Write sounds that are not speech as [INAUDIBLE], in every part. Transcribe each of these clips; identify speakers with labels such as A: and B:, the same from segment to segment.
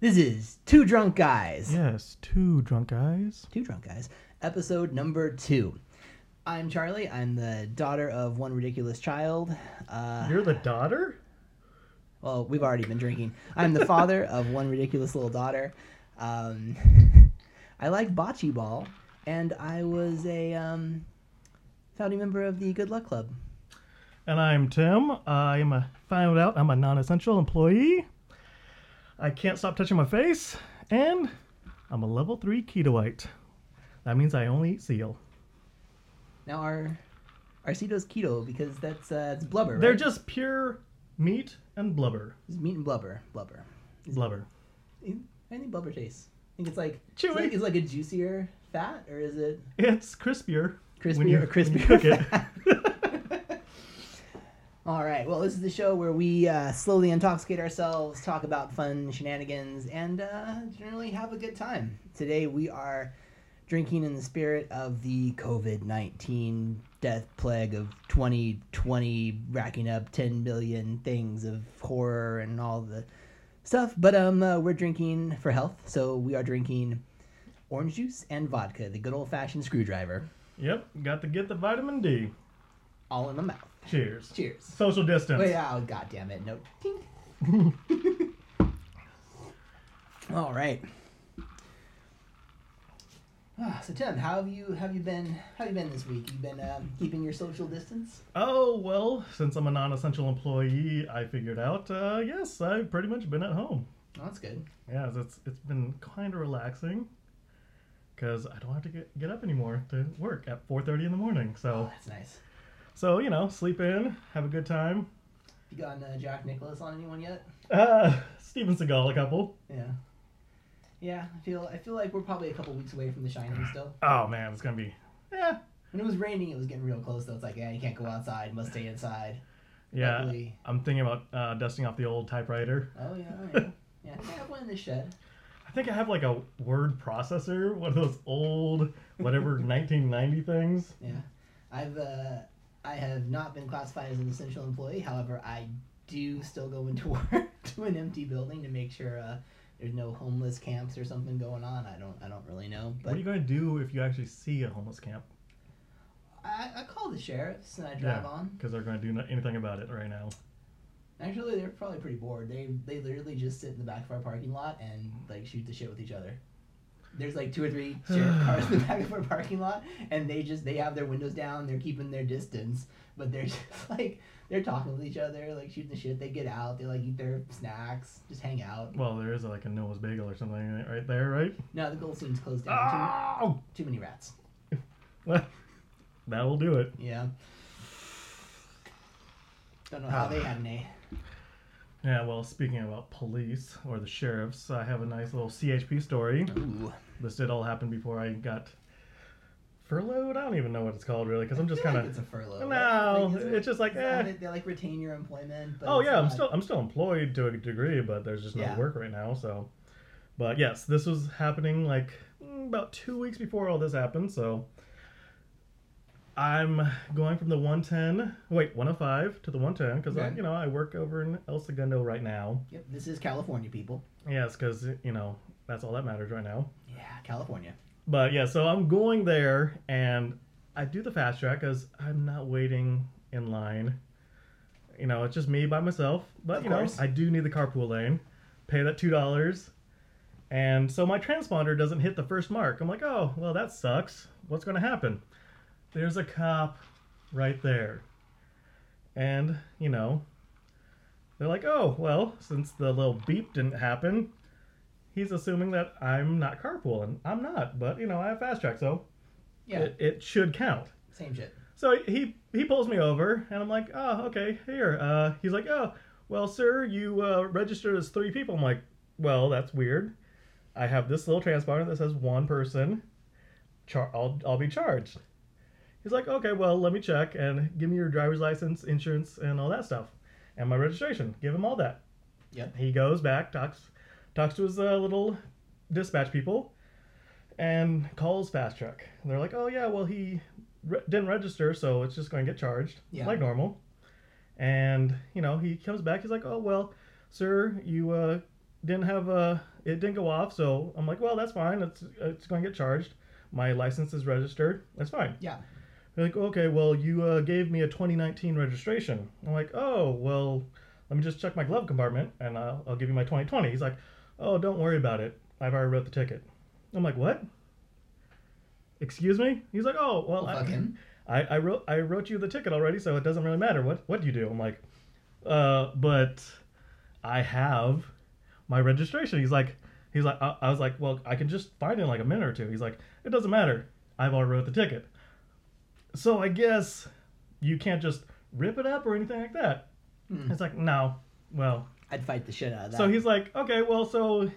A: This is Two Drunk Guys.
B: Yes, two drunk guys.
A: Two Drunk Guys, episode number two. I'm Charlie. I'm the daughter of one ridiculous child. Uh,
B: You're the daughter?
A: well, we've already been drinking. I'm the
B: [LAUGHS]
A: father of one ridiculous little daughter. Um, [LAUGHS] I like bocce ball, and I was a um, founding member of the Good Luck Club.
B: And I'm Tim. I'm a found out I'm a non-essential employee. I can't stop touching my face, and I'm a level three ketoite. That means I only eat seal.
A: Now our our Cito's keto because that's uh, it's blubber. Right?
B: They're just pure meat and blubber.
A: It's meat and blubber. Blubber.
B: Blubber.
A: I think blubber tastes. I think it's like
B: Chewy.
A: It's like, it's like a juicier fat, or is it
B: It's crispier.
A: crispier?
B: when you-
A: or
B: when you
A: crispier.
B: cook it.
A: [LAUGHS] fat? All right. Well, this is the show where we uh, slowly intoxicate ourselves, talk about fun shenanigans, and uh, generally have a good time. Today we are drinking in the spirit of the COVID nineteen death plague of twenty twenty, racking up ten million things of horror and all the stuff. But um, uh, we're drinking for health, so we are drinking orange juice and vodka, the good old fashioned screwdriver,
B: Yep, got to get the vitamin D.
A: all in the mouth.
B: Cheers.
A: Cheers.
B: Social distance.
A: Wait, oh god damn it. No. Tink. All right. Ah, so Tim, how have you have you been how have you been this week? You been um, keeping your social distance?
B: Oh well, since I'm a non-essential employee, I figured out. Uh, yes, I've pretty much been at home.
A: Oh, that's good.
B: Yeah, it's it's been kind of relaxing because I don't have to get, get up anymore to work at 4:30 in the morning.
A: Oh,
B: So
A: that's nice.
B: so you know, sleep in, have a good time.
A: You gotten uh, Jack Nicholas on anyone yet?
B: Uh, Steven Seagal, a couple.
A: Yeah. Yeah, I feel I feel like we're probably a couple weeks away from The Shining still.
B: Oh man, it's gonna be yeah
A: When it was raining, it was getting real close though. It's like, yeah, you can't go outside, must stay inside.
B: yeah.
A: Luckily-
B: I'm thinking about uh, dusting off the old typewriter.
A: Oh yeah, yeah. Yeah, I have one in the shed.
B: I think I have like a word processor, one of those old whatever [LAUGHS] 1990 things.
A: Yeah, I've uh, I have not been classified as an essential employee. However, I do still go into [LAUGHS] work to an empty building to make sure uh, there's no homeless camps or something going on. I don't I don't really know,
B: what
A: but
B: are you gonna do if you actually see a homeless camp?
A: I, I call the sheriffs and I drive on.
B: because they're gonna do no- anything about it right now.
A: Actually, they're probably pretty bored. They they literally just sit in the back of our parking lot and like shoot the shit with each other. There's like two or
B: [SIGHS]
A: three sheriff cars in the back of our parking lot, and they just they have their windows down. They're keeping their distance, but they're just [LAUGHS] like they're talking with each other, like shooting the shit. They get out, they like eat their snacks, just hang out.
B: Well, there is like a Noah's Bagel or something in it right there, right?
A: No, the Goldstein's closed down. Too, ma-
B: Oh,
A: too many rats.
B: well, that will do it.
A: Yeah. Don't know
B: Ah.
A: how they had an A.
B: Yeah. Well, speaking about police or the sheriffs, I have a nice little CHP story.
A: Ooh.
B: This did all happen before I got furloughed. I don't even know what it's called really, because I'm just
A: I feel
B: kind
A: like it's
B: of.
A: a furlough.
B: No,
A: Like, isn't
B: it's just like,
A: isn't that
B: eh.
A: it? They like retain your employment. But
B: Oh
A: it's
B: yeah, I'm
A: not-
B: still I'm still employed to a degree, but there's just no
A: Yeah.
B: work right now. So, but yes, this was happening like mm, about two weeks before all this happened. So, I'm going from the 110, wait 105 to the 110 because
A: Okay.
B: you know I work over in El Segundo right now.
A: Yep, this is California, people.
B: Yes, because you know that's all that matters right now.
A: Yeah, California.
B: But yeah, so I'm going there and I do the fast track because I'm not waiting in line. You know, it's just me by myself. But
A: Of
B: you know,
A: course.
B: I do need the carpool lane. Pay that two dollars. And so my transponder doesn't hit the first mark. I'm like, oh well that sucks. What's gonna happen? There's a cop right there. And, you know, they're like, oh well, since the little beep didn't happen, he's assuming that I'm not carpooling. I'm not, but you know, I have fast track, so
A: Yeah,
B: it, it should count.
A: same shit.
B: So he he pulls me over, and I'm like, oh, okay, here. Uh, he's like, oh, well, sir, you uh, registered as three people. I'm like, well, that's weird. I have this little transponder that says one person. Char- I'll I'll be charged. He's like, okay, well, let me check and give me your driver's license, insurance, and all that stuff, and my registration. Give him all that.
A: Yep.
B: He goes back, talks, talks to his uh, little dispatch people, and calls fast track. And they're like, "Oh yeah, well he re- didn't register, so it's just going to get charged
A: Yeah.
B: like normal." And you know, he comes back. He's like, "Oh well, sir, you uh, didn't have a it didn't go off, so I'm like, well, that's fine. It's it's going to get charged. My license is registered. That's fine.
A: Yeah.
B: They're like, okay, well, you uh, gave me a 2019 registration. I'm like, oh, well, let me just check my glove compartment and I'll, I'll give you my 2020. He's like, oh, don't worry about it. I've already wrote the ticket. I'm like, what? Excuse me? He's like, oh, well,
A: Well, fuck
B: I,
A: him.
B: I, I wrote I wrote you the ticket already, so it doesn't really matter what what you do. I'm like, uh, but I have my registration. He's like, he's like, I, I was like, well, I can just find it in like a minute or two. He's like, it doesn't matter. I've already wrote the ticket. So I guess you can't just rip it up or anything like that.
A: Hmm.
B: It's like, no, well.
A: I'd fight the shit out of that.
B: So he's like, okay, well, so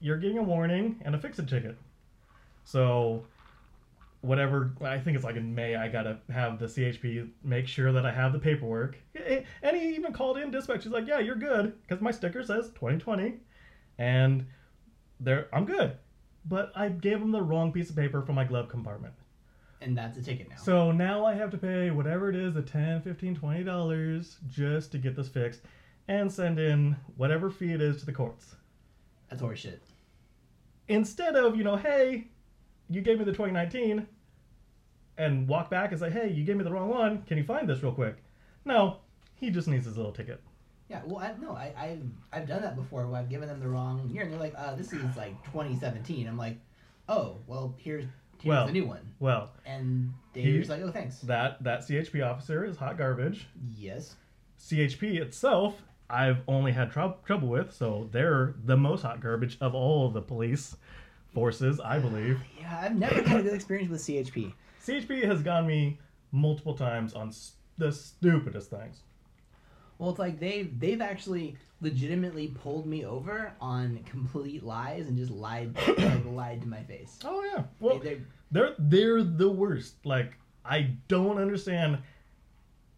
B: you're getting a warning and a fix-it ticket. So whatever, I think it's like in May, I gotta have the CHP make sure that I have the paperwork. And he even called in dispatch. He's like, yeah, you're good, because my sticker says 2020, and there, I'm good. But I gave him the wrong piece of paper from my glove compartment.
A: and that's a ticket now.
B: So now I have to pay whatever it is, the 10, 15, 20 dollars just to get this fixed and send in whatever fee it is to the courts.
A: that's horseshit.
B: Instead of, you know, hey, you gave me the 2019 and walk back and say, "Hey, you gave me the wrong one. Can you find this real quick?" No, he just needs his little ticket.
A: Yeah, well, I, no, I, I've, I've done that before where I've given them the wrong year, and they're like, uh, this is like 2017. I'm like, oh, well, here's, here's
B: Well-
A: the new one.
B: Well,
A: And
B: He-
A: they're just like, oh, thanks.
B: that that CHP officer is hot garbage.
A: Yes.
B: CHP itself, I've only had trou- trouble with, so they're the most hot garbage of all the police forces, I believe.
A: Yeah, I've never had a good experience with CHP.
B: CHP has gotten me multiple times on s- the stupidest things.
A: Well, it's like they've they've actually legitimately pulled me over on complete lies and just lied [COUGHS] like, lied to my face.
B: Oh yeah. Well,
A: They-
B: they're they're the worst. Like I don't understand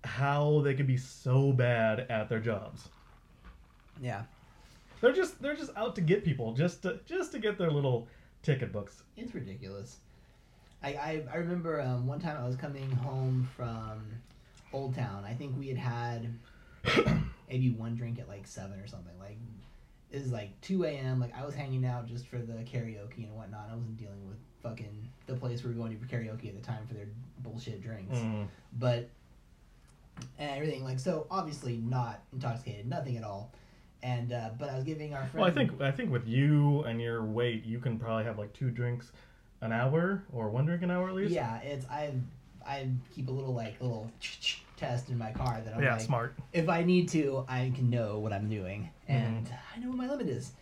B: how they could be so bad at their jobs.
A: Yeah,
B: They're just they're just out to get people just to just to get their little ticket books.
A: it's ridiculous. I I, I remember um, one time I was coming home from Old Town. I think we had had [COUGHS] maybe one drink at like seven or something. Like it was like two a.m. Like I was hanging out just for the karaoke and whatnot. I wasn't dealing with fucking the place we were going to for karaoke at the time for their bullshit drinks.
B: Mm.
A: but and everything like so obviously not intoxicated nothing at all and uh, but i was giving our friend
B: Well, I think I think with you and your weight, you can probably have like two drinks an hour or one drink an hour at least.
A: yeah it's i i keep a little like little test in my car that i'm
B: Yeah,
A: like
B: smart. Mm-hmm.
A: if i need to i can know what i'm doing and i know what my limit is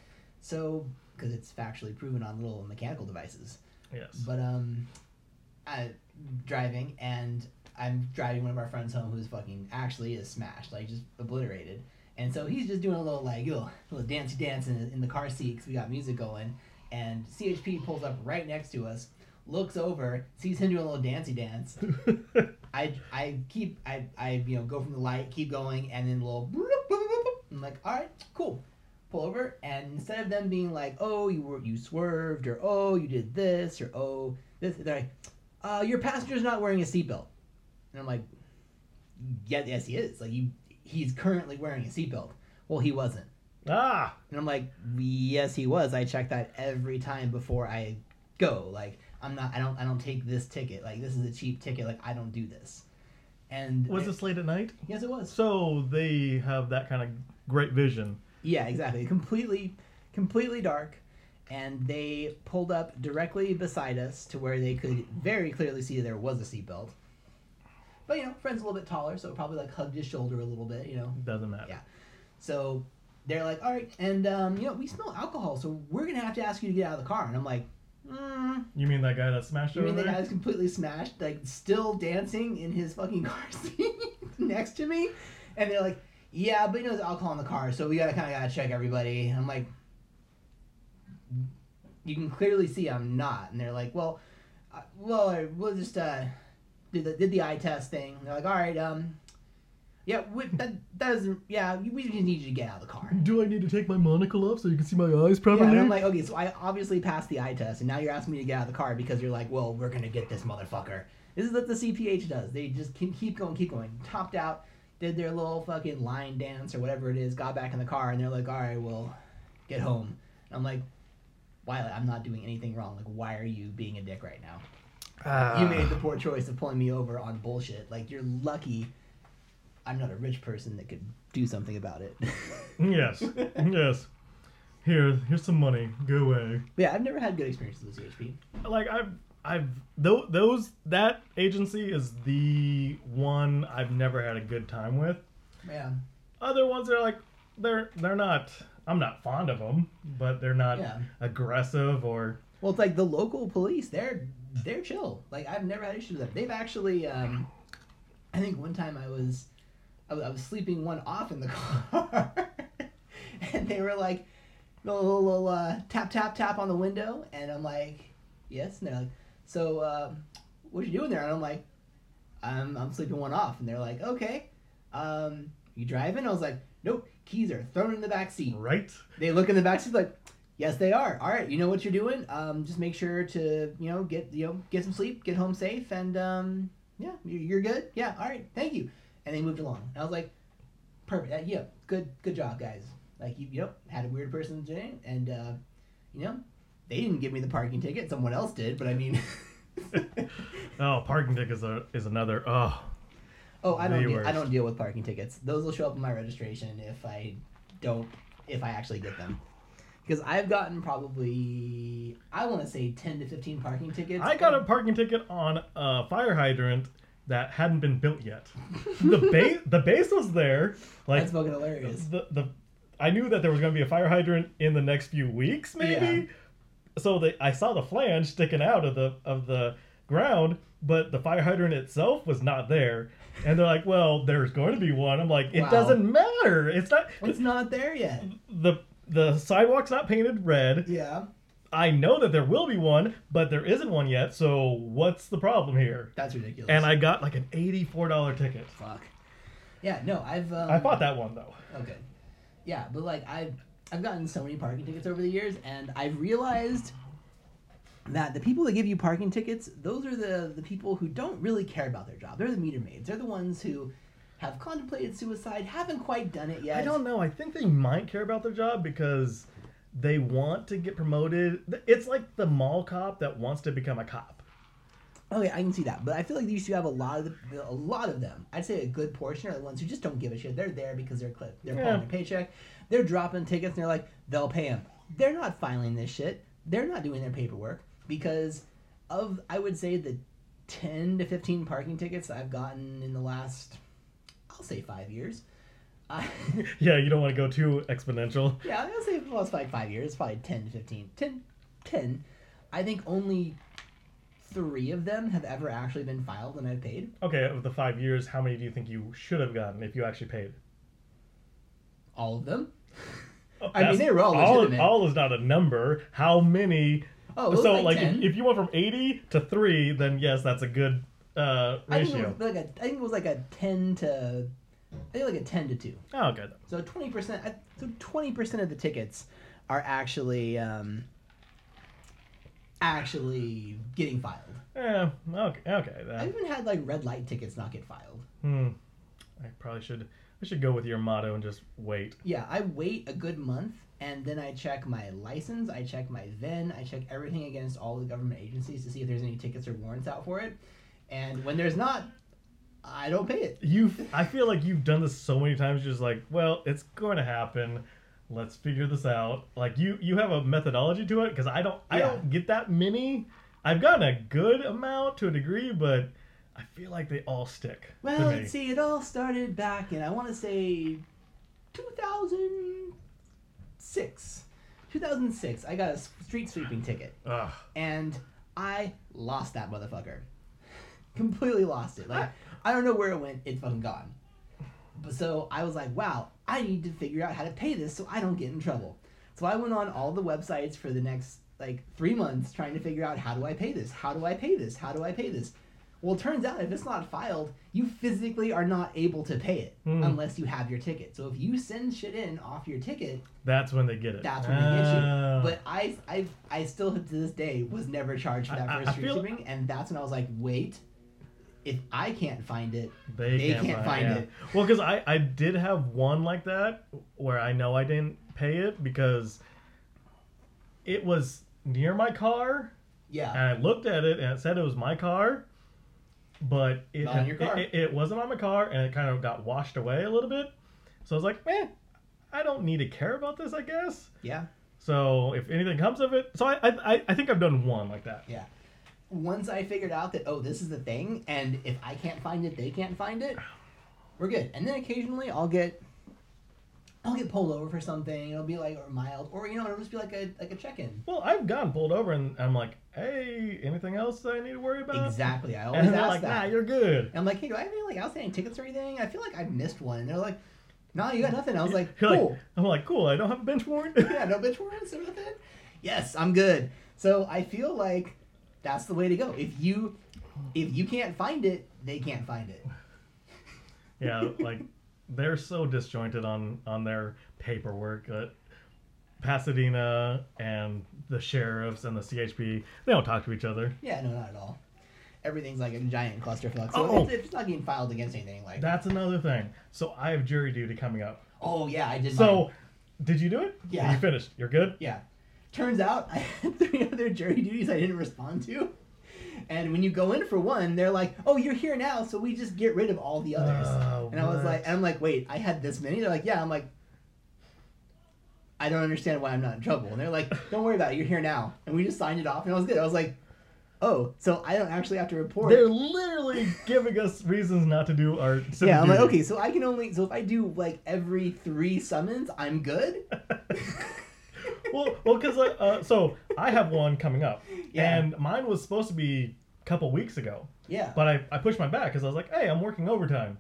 A: so because it's factually proven on little mechanical devices
B: Yes.
A: But um, I driving and I'm driving one of our friends home who's fucking actually is smashed, like just obliterated. And so he's just doing a little like little, little dancey dance in, in the car seat because we got music going. And CHP pulls up right next to us, looks over, sees him doing a little dancey dance. I I keep I I you know go from the light, keep going, and then a little. bloop, bloop, bloop, bloop. I'm like, all right, cool. Pull over, and instead of them being like, oh, you were you swerved, or oh, you did this, or oh, this, they're like, uh, your passenger's not wearing a seatbelt. And I'm like, yeah, yes, he is. Like you, he's currently wearing a seatbelt. Well, he wasn't.
B: ah,
A: And I'm like, yes, he was. I check that every time before I go. Like, I'm not. I don't. I don't take this ticket. Like, this is a cheap ticket. Like, I don't do this. And
B: was this late at night?
A: Yes, it was.
B: So they have that kind of great vision.
A: Yeah, exactly. Completely, completely dark, and they pulled up directly beside us to where they could very clearly see there was a seatbelt. But you know, friend's a little bit taller, so it probably like hugged his shoulder a little bit. You know,
B: Doesn't matter.
A: Yeah. So they're like, all right, and um, you know, we smell alcohol, so we're gonna have to ask you to get out of the car. And I'm like, mm,
B: You mean that guy that smashed
A: you
B: over
A: mean the
B: there?
A: guy's completely smashed, like still dancing in his fucking [LAUGHS] car seat next to me? And they're like, yeah, but you know, there's alcohol in the car, so we gotta kind of gotta check everybody. And I'm like, you can clearly see I'm not. And they're like, well, uh, well, uh, we'll just uh, did the did the eye test thing. And they're like, all right, um, yeah, we, that that doesn't, yeah, we just need you to get out of the car.
B: Do I need to take my monocle off so you can see my eyes
A: Yeah,
B: properly?
A: and I'm like, okay, so I obviously passed the eye test, and now you're asking me to get out of the car because you're like, well, we're gonna get this motherfucker. This is what the CPH does. They just keep, keep going, keep going. Topped out, did their little fucking line dance or whatever it is, got back in the car, and they're like, all right, well, get home. And I'm like, Wiley, I'm not doing anything wrong. Like, why are you being a dick right now?
B: Ah. Uh.
A: you made the poor choice of pulling me over on bullshit. Like, you're lucky I'm not a rich person that could do something about it.
B: [LAUGHS]
A: [LAUGHS]
B: Yes. yes. Here, here's some money. Go away.
A: yeah, I've never had good experiences with CHP.
B: Like I've, I've tho- those that agency is the one I've never had a good time with.
A: Yeah.
B: Other ones are like they're they're not. I'm not fond of them, but they're not
A: Yeah.
B: aggressive or
A: Well, it's like the local police. They're they're chill. Like I've never had issues with them. They've actually. Um, I think one time I was, I was, I was sleeping one off in the [LAUGHS] car, and they were like, little, little, little uh, tap tap tap on the window, and I'm like, yes, and they're like, so uh, what you doing there? And I'm like, I'm I'm sleeping one off, and they're like, okay, um, you driving? I was like, nope, keys are thrown in the back seat.
B: right.
A: They look in the backseat like, yes, they are. All right, you know what you're doing. Um, just make sure to you know get you know get some sleep, get home safe, and um, yeah, you- you're good. Yeah, all right, thank you. And they moved along. And I was like, perfect. Uh, yeah, good, good job, guys. Like you, you know, had a weird person today, and uh, you know, they didn't give me the parking ticket. Someone else did, but I mean. [LAUGHS]
B: Oh, parking tickets is, a, is another. Oh,
A: Oh, I don't.
B: The
A: Deal, I
B: worst.
A: don't deal with parking tickets. Those will show up in my registration if I don't, if I actually get them. Because I've gotten probably, I want to say ten to fifteen parking tickets.
B: I got a parking ticket on a fire hydrant that hadn't been built yet.
A: [LAUGHS]
B: the base the base was there. Like
A: That's fucking hilarious.
B: the the I knew that there was going to be a fire hydrant in the next few weeks, maybe.
A: Yeah.
B: So they, I saw the flange sticking out of the of the ground, but the fire hydrant itself was not there. And they're like, "Well, there's going to be one." I'm like, "It
A: Wow.
B: doesn't matter. It's not
A: It's not there
B: [LAUGHS]
A: yet.
B: the the sidewalk's not painted red.
A: Yeah,
B: I know that there will be one, but there isn't one yet. So what's the problem here?"
A: that's ridiculous.
B: And I got like an eighty-four dollar ticket.
A: fuck. Yeah, no, I've. Um,
B: I bought that one though.
A: Okay. Yeah, but like I've I've gotten so many parking tickets over the years, and I've realized that the people that give you parking tickets, those are the the people who don't really care about their job. They're the meter maids. They're the ones who have contemplated suicide, haven't quite done it yet.
B: I don't know. I think they might care about their job because they want to get promoted. It's like the mall cop that wants to become a cop.
A: Okay, I can see that, but I feel like these two have a lot of the, a lot of them. I'd say a good portion are the ones who just don't give a shit. They're there because they're clip, they're
B: Yeah.
A: pulling their paycheck, they're dropping tickets, and they're like, they'll pay them. They're not filing this shit. They're not doing their paperwork because of I would say the ten to fifteen parking tickets I've gotten in the last, I'll say five years. I,
B: Yeah, you don't want to go too exponential.
A: yeah, I'm gonna say well, it's like five years, probably 10 to 15. 10, 10. I think only three of them have ever actually been filed and I've paid.
B: Okay, of the five years, how many do you think you should have gotten if you actually paid?
A: All of them?
B: Oh,
A: I mean,
B: that's-
A: they were all legitimate.
B: all is not a number. How many?
A: Oh, it was
B: so
A: like
B: like, if,
A: 10.
B: if you went from eighty to three, then yes, that's a good uh,
A: I think, it
B: ratio.
A: was like a, I think it was like a 10 to, I think like a 10 to 2.
B: Oh, good.
A: So 20%, I- so 20% of the tickets are actually, um, actually getting filed.
B: Yeah. Eh, Okay. Okay.
A: I've
B: That,
A: even had like red light tickets not get filed.
B: hmm. I probably should. I should go with your motto and just wait.
A: Yeah, I wait a good month and then I check my license, I check my VIN, I check everything against all the government agencies to see if there's any tickets or warrants out for it. And when there's not, I don't pay it.
B: you i feel like you've done this so many times you're just like well it's going to happen let's figure this out like you you have a methodology to it because i don't i
A: Yeah.
B: don't get that many i've gotten a good amount to a degree but i feel like they all stick
A: Well,
B: to me.
A: let's see, it all started back in, I want to say, 2006. 2006, I got a s- street sweeping ticket.
B: Ugh.
A: and I lost that motherfucker. Completely lost it. Like I don't know where it went. It's fucking gone. But so I was like, wow, I need to figure out how to pay this so I don't get in trouble. So I went on all the websites for the next like three months trying to figure out how do I pay this? How do I pay this? How do I pay this? Well, it turns out if it's not filed, you physically are not able to pay it
B: Hmm.
A: unless you have your ticket. So if you send shit in off your ticket,
B: that's when they get it
A: that's when they get
B: Ah.
A: you. But I, I, I still to this day was never charged for that
B: I- I-
A: first
B: I
A: street
B: feel-
A: shipping, and that's when I was like, wait, if I can't find it,
B: they,
A: they
B: can't,
A: can't find
B: find, yeah.
A: it.
B: Well, because I I did have one like that where I know I didn't pay it because it was near my car, and
A: Yeah.
B: I looked at it, and it said it was my car, but it,
A: Not on your car.
B: it, it- it wasn't on my car, and it kind of got washed away a little bit. So I was like, man, I don't need to care about this, I guess.
A: Yeah.
B: So if anything comes of it, so I I, I- I think I've done one like that.
A: Yeah. Once I figured out that oh this is the thing, and if I can't find it, they can't find it. We're good. And then occasionally I'll get, I'll get pulled over for something. It'll be like or mild, or you know it'll just be like a like a check in.
B: Well, I've gotten pulled over, and I'm like, hey, anything else that I need to worry about?
A: Exactly. I always
B: [LAUGHS] And they're
A: ask
B: like,
A: that.
B: nah, you're good. [LAUGHS]
A: And I'm like, hey, do I have any like outstanding tickets or anything? I feel like I've missed one. And they're like, no, you got nothing. I was like,
B: [LAUGHS] You're like-
A: cool. [LAUGHS]
B: I'm like, cool. I don't have a bench warrant. [LAUGHS]
A: yeah, no bitch warrants or nothing. Yes, I'm good. So I feel like that's the way to go. If you if you can't find it, they can't find it.
B: yeah, like they're so disjointed on on their paperwork that Pasadena and the sheriffs and the CHP they don't talk to each other.
A: Yeah, no, not at all. Everything's like a giant clusterfuck. So
B: Oh.
A: it's, it's not getting filed against anything. Like,
B: That's another thing. So I have jury duty coming up.
A: oh yeah, I did. mine.
B: So, did you do it?
A: Yeah.
B: You finished. You're good.
A: Yeah. Turns out [LAUGHS] I had three other jury duties I didn't respond to. And when you go in for one, they're like, "Oh, you're here now, so we just get rid of all the others."
B: Oh,
A: and I was
B: what?
A: like, "I'm like, wait, I had this many." They're like, "Yeah." I'm like, "I don't understand why I'm not in trouble." And they're like, "Don't worry about it. You're here now." And we just signed it off, and I was good. I was like, "Oh, so I don't actually have to report."
B: They're literally giving us reasons not to do our. civic
A: yeah, I'm like,
B: duty.
A: okay, so I can only so if I do like every three summons, I'm
B: [LAUGHS]
A: good.
B: well, well, because like, uh, so I have one coming up,
A: Yeah.
B: and mine was supposed to be a couple weeks ago,
A: Yeah,
B: but I, I pushed my back because I was like, hey, I'm working overtime,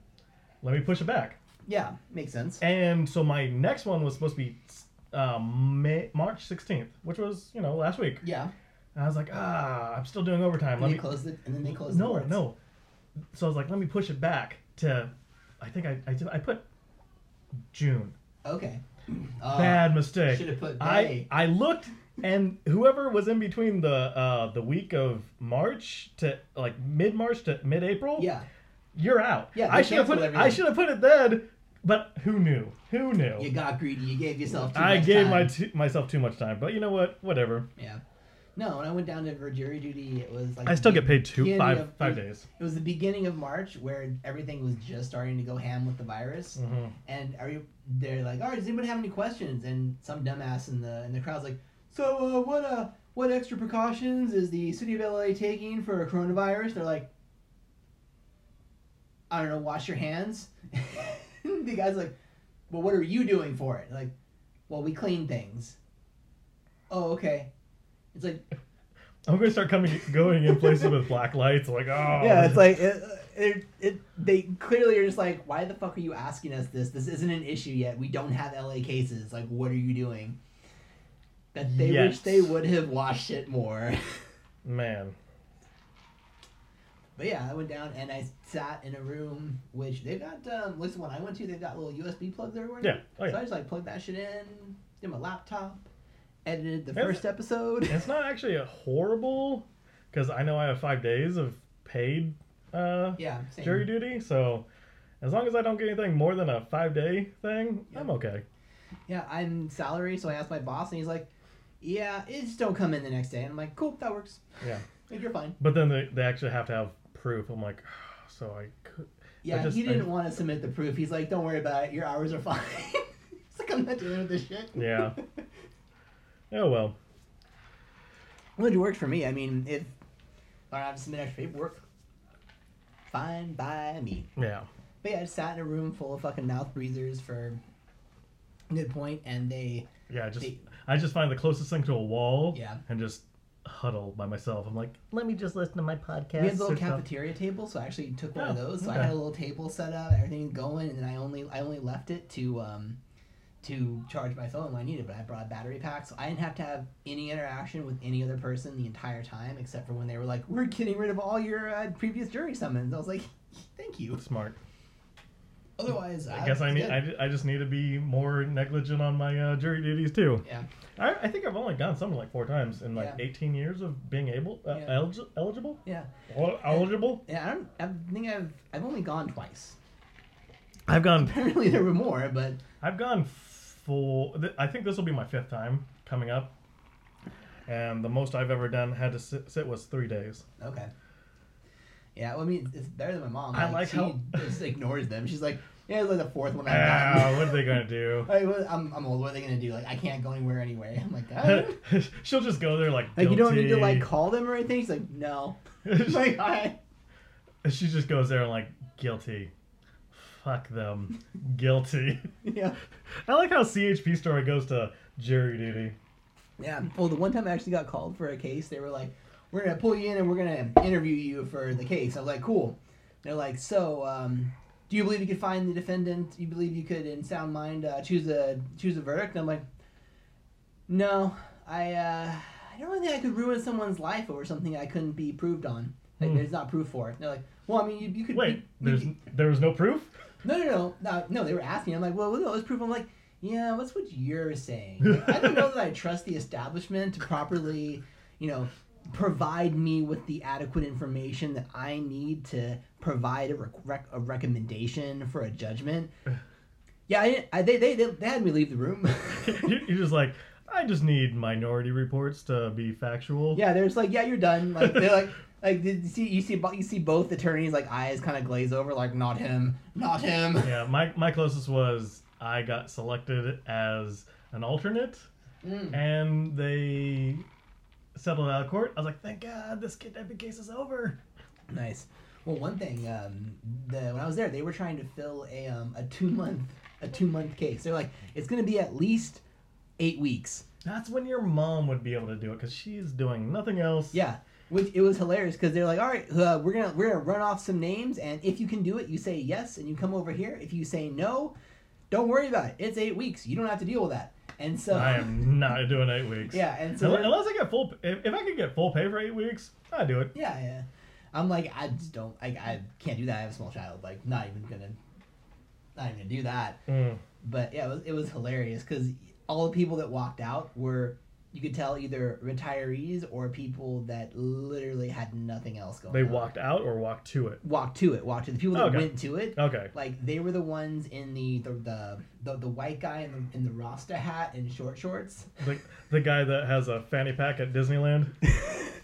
B: let me push it back,
A: yeah, makes sense.
B: and so my next one was supposed to be um, May, March 16th, which was you know last week,
A: Yeah.
B: and I was like, ah, I'm still doing overtime,
A: And
B: let
A: they
B: me
A: close the and then they close the
B: no
A: courts.
B: no, so I was like, let me push it back to, I think I I, did, I put June.
A: Okay. Uh,
B: bad mistake.
A: should've put
B: I
A: May.
B: I looked and whoever was in between the uh, the week of March to like mid March to mid April,
A: Yeah.
B: you're out.
A: Yeah,
B: I
A: they
B: should have put
A: canceled
B: it, I
A: everything.
B: should have put it then, but who knew? Who knew?
A: You got greedy. You gave yourself. Too
B: I
A: much
B: gave
A: time.
B: my t- myself too much time, but you know what? Whatever.
A: Yeah. No, when I went down to for jury duty, it was like
B: I still
A: the
B: get paid two
A: beginning
B: five
A: of-
B: five
A: it was-
B: days.
A: It was the beginning of March where everything was just starting to go ham with the virus,
B: Mhm.
A: and are you? They're like, all right, does anybody have any questions? And some dumbass in the in the crowd's like, so uh, what uh what extra precautions is the city of LA taking for coronavirus? They're like, I don't know, wash your hands. [LAUGHS] the guy's like, well, what are you doing for it? Like, well, we clean things. Oh, okay. It's like
B: I'm gonna start coming going in places with black lights. Like oh
A: [LAUGHS] yeah, it's like it, it, it. They clearly are just like, why the fuck are you asking us this? This isn't an issue yet. We don't have LA cases. Like, what are you doing? That they
B: Yes.
A: wish they would have watched it more. [LAUGHS]
B: man.
A: but yeah, I went down and I sat in a room which they got. Um, what's the one I went to? They've got little USB plugs everywhere. now.
B: Yeah. Oh,
A: So I
B: yeah.
A: just like plugged that shit in. Did my laptop. Edited the
B: That's-
A: first episode.
B: It's not actually a horrible because I know I have five days of paid uh,
A: [LAUGHS] yeah. Same.
B: jury duty. So as long as I don't get anything more than a five day thing, I'm okay.
A: yeah, I'm salary, so I asked my boss, and he's like, "Yeah, it just don't come in the next day." And I'm like, "Cool, that works.
B: Yeah.
A: Like, you're fine."
B: But then they, they actually have to have proof. I'm like, [SIGHS] so I could.
A: Yeah,
B: just-
A: he
B: I-
A: didn't want to submit the proof. He's like, "Don't worry about it. Your hours are fine." [LAUGHS] it's like I'm not dealing with this shit.
B: Yeah. Oh well.
A: [LAUGHS] Which worked for me. I mean, if I don't have to submit extra paperwork, fine by me.
B: Yeah.
A: But yeah, I just sat in a room full of fucking mouth breathers for a good point, and they
B: Yeah. I Just
A: They-
B: I just find the closest thing to a wall.
A: Yeah.
B: And just huddle by myself. I'm like, let me just listen to my podcast.
A: we had a little cafeteria table, so I actually took one of
B: Oh,
A: those. So
B: okay.
A: I had a little table set up, everything going, and then I only I only left it to um to charge my phone when I needed. But I brought a battery pack, so I didn't have to have any interaction with any other person the entire time, except for when they were like, "We're getting rid of all your uh, previous jury summons." I was like, [LAUGHS] "Thank you."
B: Smart.
A: Otherwise,
B: I guess I
A: it's
B: need.
A: good.
B: I, ju- I just need to be more negligent on my uh, jury duties too.
A: yeah,
B: I, I think I've only gone something like four times in like
A: Yeah.
B: 18 years of being able uh,
A: Yeah.
B: elgi- eligible.
A: yeah,
B: Well, eligible.
A: yeah. I don't. I think I've I've only gone twice. [LAUGHS]
B: I've gone.
A: Apparently, there were more, but
B: I've gone full. Th- I think this will be my fifth time coming up. and the most I've ever done had to sit, sit was
A: [LAUGHS]
B: three days.
A: Okay. Yeah, well, I mean, it's better than my mom.
B: I like
A: she
B: how-
A: just ignores them. She's like, yeah, it's like the fourth one I've
B: Ah,
A: gotten.
B: what are they gonna do?
A: [LAUGHS]
B: [LAUGHS]
A: Like, what- I'm, I'm old. What are they gonna do? Like, I can't go anywhere anyway. I'm like, "Ah."
B: [LAUGHS] She'll just go there like.
A: like you don't need to like
B: guilty. [LAUGHS]
A: call them or anything. She's like, no. [LAUGHS] I'm like, all right.
B: she just goes there and like guilty. Fuck them, guilty. [LAUGHS]
A: Yeah.
B: I like how CHP story goes to jury duty.
A: Yeah. Well, the one time I actually got called for a case, they were like, "We're gonna pull you in and we're gonna interview you for the case." I was like, "Cool." they're like, "So, um, do you believe you could find the defendant? Do you believe you could, in sound mind, uh, choose a choose a verdict?" And I'm like, "No, I uh, I don't really think I could ruin someone's life over something I couldn't be proved on. Like,
B: Hmm.
A: there's not proof for it." And they're like, "Well, I mean, you, you could
B: Wait,
A: you-
B: there's
A: you,
B: there was no proof. [LAUGHS]
A: no, no, no, no, no. They were asking. I'm like, well, look at all this proof. I'm like, yeah, what's what you're saying? Like, I don't know that I trust the establishment to properly, you know, provide me with the adequate information that I need to provide a, rec- rec- a recommendation for a judgment. Yeah, I, didn't- I, they, they, they, they had me leave the room.
B: You- You're just like, I just need minority reports to be factual.
A: yeah, they're just like, yeah, you're done. Like they're like. Like did you see, you see, bo- you see both attorneys like eyes kind of glaze over, like not him, not him.
B: Yeah, my my closest was I got selected as an alternate,
A: Mm.
B: and they settled out of court. I was like, thank God this kidnapping case is over.
A: Nice. Well, one thing, um, the, when I was there, they were trying to fill a um, a two month a two month case. They're like, it's going to be at least eight weeks.
B: That's when your mom would be able to do it because she's doing nothing else.
A: Yeah, which it was hilarious because they're like, all right, uh, we're gonna we're gonna run off some names, and if you can do it, you say yes, and you come over here. If you say no, don't worry about it. It's eight weeks. You don't have to deal with that. And so
B: I am not doing eight weeks.
A: Yeah, and so
B: Unle-
A: they're-
B: unless I get full, if, if I could get full pay for eight weeks, I'd do it.
A: [LAUGHS] Yeah, yeah. I'm like, I just don't, I, I can't do that. I have a small child. Like, not even gonna, not even gonna do that.
B: Mm.
A: But yeah, it was, it was hilarious because all the people that walked out were, you could tell either retirees or people that literally had nothing else going.
B: They
A: on.
B: walked out or walked to it.
A: walked to it, walked to the people that
B: Okay.
A: went to it.
B: Okay.
A: Like they were the ones in the the the, the, the white guy in the, in the Rasta hat and short shorts. [LAUGHS]
B: The, the guy that has a fanny pack at Disneyland.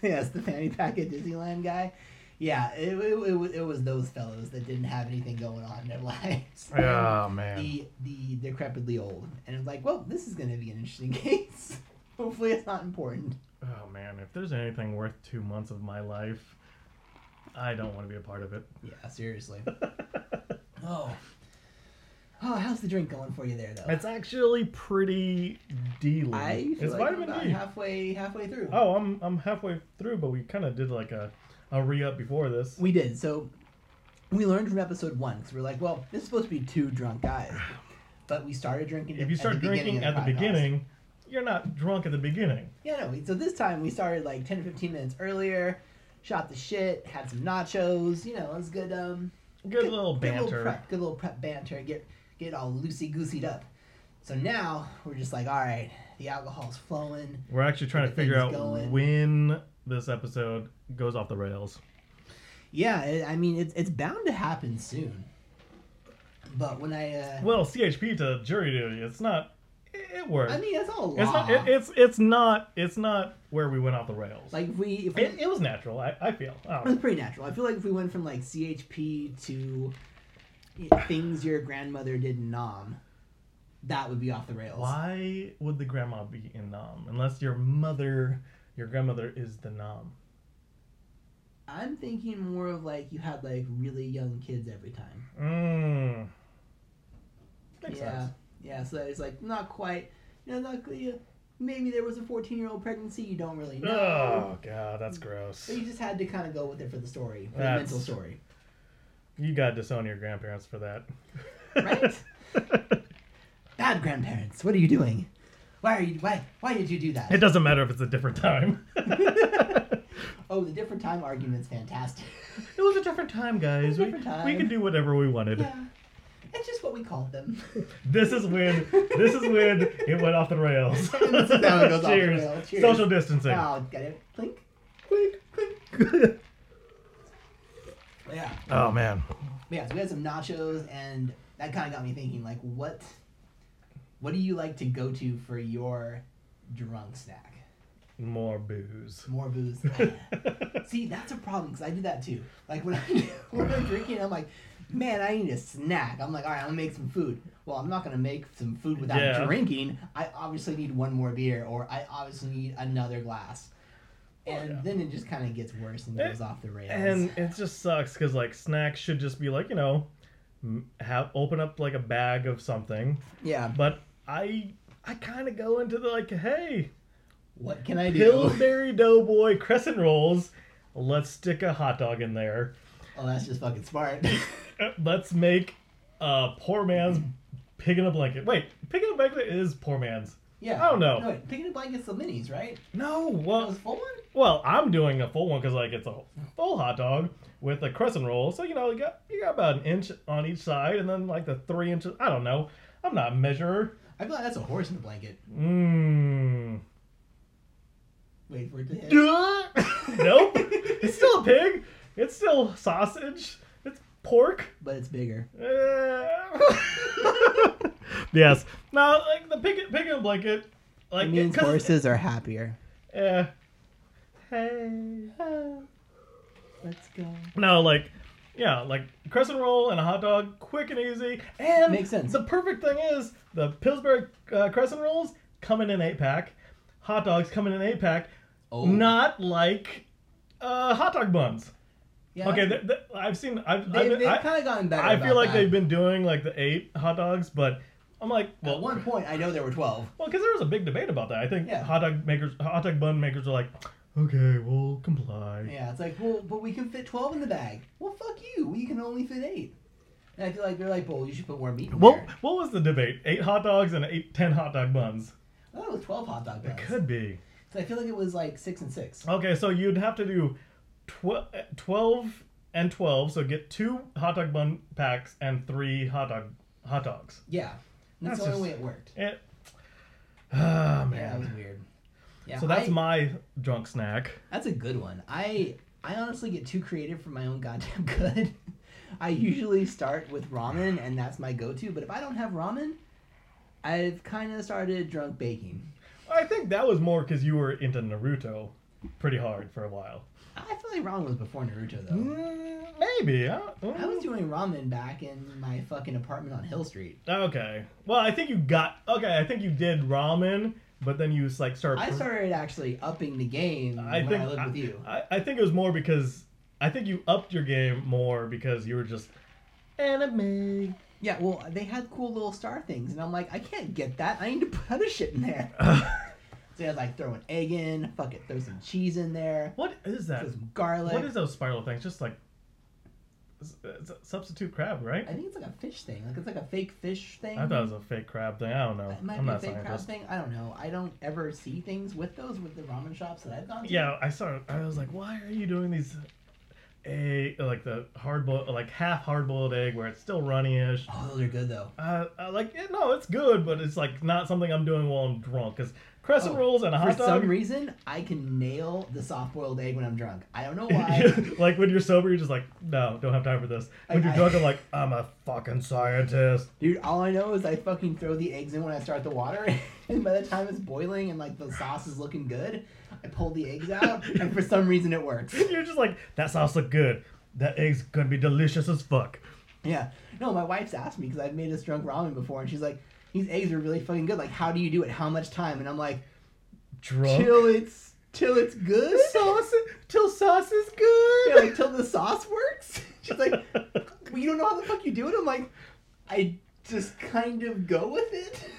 A: yes, the fanny pack at Disneyland guy. Yeah, it, it, it, wa- it was those fellows that didn't have anything going on in their [LAUGHS] lives.
B: man.
A: The, the decrepitly old. And it's like, well, this is going to be an interesting [LAUGHS] case. Hopefully it's not important.
B: Oh man, if there's anything worth two months of my life, I don't want to be a part of it.
A: Yeah,
B: [LAUGHS]
A: seriously. oh. Oh, how's the drink going for you there, though?
B: It's actually pretty dealing.
A: I feel
B: It's
A: like I'm
B: vitamin
A: about
B: D.
A: halfway, halfway through.
B: oh, I'm I'm halfway through, but we kind of did like a a re up before this.
A: We did. So we learned from episode one because we're like, well, this is supposed to be two drunk guys. But we started drinking.
B: if you
A: at
B: start
A: the beginning
B: drinking
A: of
B: at the
A: podcast.
B: beginning, you're not drunk at the beginning.
A: Yeah, no. So this time we started like 10 to 15 minutes earlier, shot the shit, had some nachos. You know, it was good. Um,
B: Good little
A: Good
B: banter.
A: little prep, good little prep banter. Get get all loosey gooseyed up. So now we're just like, all right, the alcohol's flowing.
B: We're actually trying to figure out
A: Everything's going.
B: when this episode goes off the rails.
A: Yeah, it, I mean, it's it's bound to happen soon. But when I, uh,
B: Well, CHP to jury duty, it's not. It, it works.
A: I mean, that's all law.
B: it's not. It, it's it's not. It's not where we went off the rails.
A: like if we, if we
B: it, it was natural. I, I feel. I
A: It's
B: don't know.
A: pretty natural. I feel like if we went from like CHP to you know, things your grandmother did in Nam, that would be off the rails.
B: [LAUGHS] Why would the grandma be in nom unless your mother, your grandmother is the nom?
A: I'm thinking more of like you had like really young kids every time.
B: Mm. Makes
A: yeah,
B: sense.
A: yeah. So it's like not quite. You know, not you, maybe there was a 14 year old pregnancy. You don't really know.
B: Oh god, that's gross.
A: But you just had to kind of go with it for the story, for
B: That's-
A: the mental story,
B: You gotta disown your grandparents for that.
A: right? Bad grandparents, what are you doing? Why are you? Why? Why did you do that?
B: [LAUGHS] it doesn't matter if it's a different [LAUGHS] time. it
A: Oh, the different time argument's
B: [LAUGHS]
A: fantastic.
B: was a different time, guys.
A: a
B: We,
A: different
B: we
A: time.
B: could do whatever we wanted.
A: Yeah. That's just what we called them.
B: This is when this is
A: [LAUGHS]
B: when it went off the rails.
A: This is how it goes off the
B: Cheers.
A: rails. Cheers.
B: Social distancing.
A: oh, got it. Clink. Yeah.
B: [LAUGHS] oh man.
A: But yeah, so we had some nachos and that kind of got me thinking like what what do you like to go to for your drunk snack? [LAUGHS]
B: More booze.
A: More booze.
B: [LAUGHS]
A: See, that's a problem because I do that too. Like when [LAUGHS] I when I'm drinking, I'm like, man, I need a snack. I'm like, all right, I'll make some food. Well, I'm not gonna make some food without
B: Yeah.
A: drinking. I obviously need one more beer, or I obviously need another glass. And
B: Oh, yeah.
A: then it just kind of gets worse and
B: Eh,
A: goes off the rails.
B: and it just sucks because like snacks should just be like you know, m- have open up like a bag of something.
A: yeah,
B: But I I kind of go into the like hey
A: what can I do?
B: Pillsbury Doughboy crescent rolls. Let's stick a hot dog in there.
A: [LAUGHS] Oh, that's just fucking smart. [LAUGHS]
B: Uh, Let's make a poor man's pig in a blanket. Wait, pig in a blanket is poor man's.
A: yeah.
B: I don't know.
A: No, wait, picking a blanket's the minis, right?
B: No,
A: That
B: well,
A: was full one.
B: well, I'm doing a full one because like it's a full hot dog with a crescent roll. So you know you got you got about an inch on each side, and then like the three inches. I don't know. I'm not a measurer.
A: I feel like that's a horse in a blanket.
B: Mmm.
A: Wait for it to hit.
B: [LAUGHS] nope. It's still a pig. It's still sausage. It's pork.
A: But it's bigger.
B: Uh, [LAUGHS] yes. Now, like the pig, pig in a blanket, like
A: It means
B: 'cause-
A: horses are happier.
B: Yeah. Hey.
A: Let's go.
B: No, like, yeah, like crescent roll and a hot dog, quick and easy. And
A: Makes sense.
B: The perfect thing is the Pillsbury uh, crescent rolls come in an eight pack. Hot dogs come in an eight pack.
A: Oh.
B: Not like uh, hot dog buns.
A: Yeah,
B: okay,
A: that's-
B: th- th- I've seen. I've, I've
A: They,
B: been-
A: they've
B: I-
A: kind of gotten better.
B: I feel
A: about
B: like
A: that.
B: they've been doing like the eight hot dogs, but I'm like,
A: At
B: well,
A: one point, I know there were twelve.
B: well, because there was a big debate about that. I think
A: Yeah.
B: hot dog makers, hot dog bun makers, are like, okay, we'll comply.
A: Yeah, it's like, well, but we can fit twelve in the bag. Well, fuck you. We can only fit eight. And I feel like they're like, well, you should put more meat in
B: Well,
A: there.
B: what was the debate? Eight hot dogs and eight, ten hot dog buns.
A: I thought it was Oh, twelve hot dog
B: It
A: buns.
B: could be.
A: So I feel like it was like six and six.
B: Okay, so you'd have to do tw- 12 and 12, so get two hot dog bun packs and three hot dog hot dogs.
A: Yeah, that's,
B: That's
A: the only way
B: just-
A: it worked.
B: It, [SIGHS] ah,
A: Yeah, that was
B: man.
A: weird. Yeah,
B: so that's
A: I-
B: my drunk snack.
A: That's a good one. I I honestly get too creative for my own goddamn [LAUGHS] good. I usually start with ramen, and that's my go-to. But if I don't have ramen, I've kind of started drunk baking.
B: I think that was more because you were into Naruto pretty hard for a while.
A: I feel like ramen was before Naruto though.
B: Mm, maybe. I,
A: I was doing ramen back in my fucking apartment on Hill Street.
B: okay. Well, I think you got. Okay, I think you did ramen, but then you like started.
A: I started actually upping the game
B: I
A: when
B: think
A: I lived
B: I,
A: with you.
B: I, I think it was more because I think you upped your game more because you were just
A: [COUGHS]
B: anime.
A: Yeah, well, they had cool little star things, and I'm like, I can't get that. I need to put other shit in
B: [LAUGHS]
A: there. So I was like, throw an egg in, fuck it, throw some cheese in there,
B: what is that?
A: throw some garlic.
B: What is those spiral things? Just like s- s- substitute crab, right?
A: I think it's like a fish thing. Like it's like a fake fish thing.
B: I thought it was a fake crab thing. I don't know.
A: it might
B: I'm
A: be a
B: not a
A: fake crab
B: scientist.
A: thing. I don't know. I don't ever see things with those with the ramen shops that I've gone to.
B: Yeah, I saw. I was like, why are you doing these? A like the hard boiled, like half hard boiled egg where it's still runny ish.
A: Oh, those are good though.
B: Uh, I like it, no, it's good, but it's like not something I'm doing while I'm drunk. Cause crescent
A: Oh,
B: rolls and a
A: For
B: hot
A: some
B: dog.
A: reason, I can nail the soft boiled egg when I'm drunk. I
B: [LAUGHS]
A: don't know why.
B: like when you're sober, you're just like, no, don't have time for this. When
A: I-
B: you're
A: I-
B: drunk, I'm like, I'm a fucking scientist. [LAUGHS]
A: Dude, all I know is I fucking throw the eggs in when I start the water, [LAUGHS] and by the time it's boiling and like the sauce is looking good, I pull the eggs
B: [LAUGHS]
A: out, and for some reason it works.
B: You're just like, that sauce look good. That egg's gonna be delicious as fuck.
A: Yeah. No, my wife's asked me because I've made us drunk ramen before, and she's like, "These eggs are really fucking good. Like, how do you do it? How much time?" And I'm like,
B: Drunk.
A: "Till it's till it's
B: [LAUGHS]
A: good.
B: Sauce, till sauce is
A: Yeah,
B: good.
A: like till the sauce works." [LAUGHS] She's like, well, "You don't know how the fuck you do it." I'm like, "I just kind of go with it." [LAUGHS]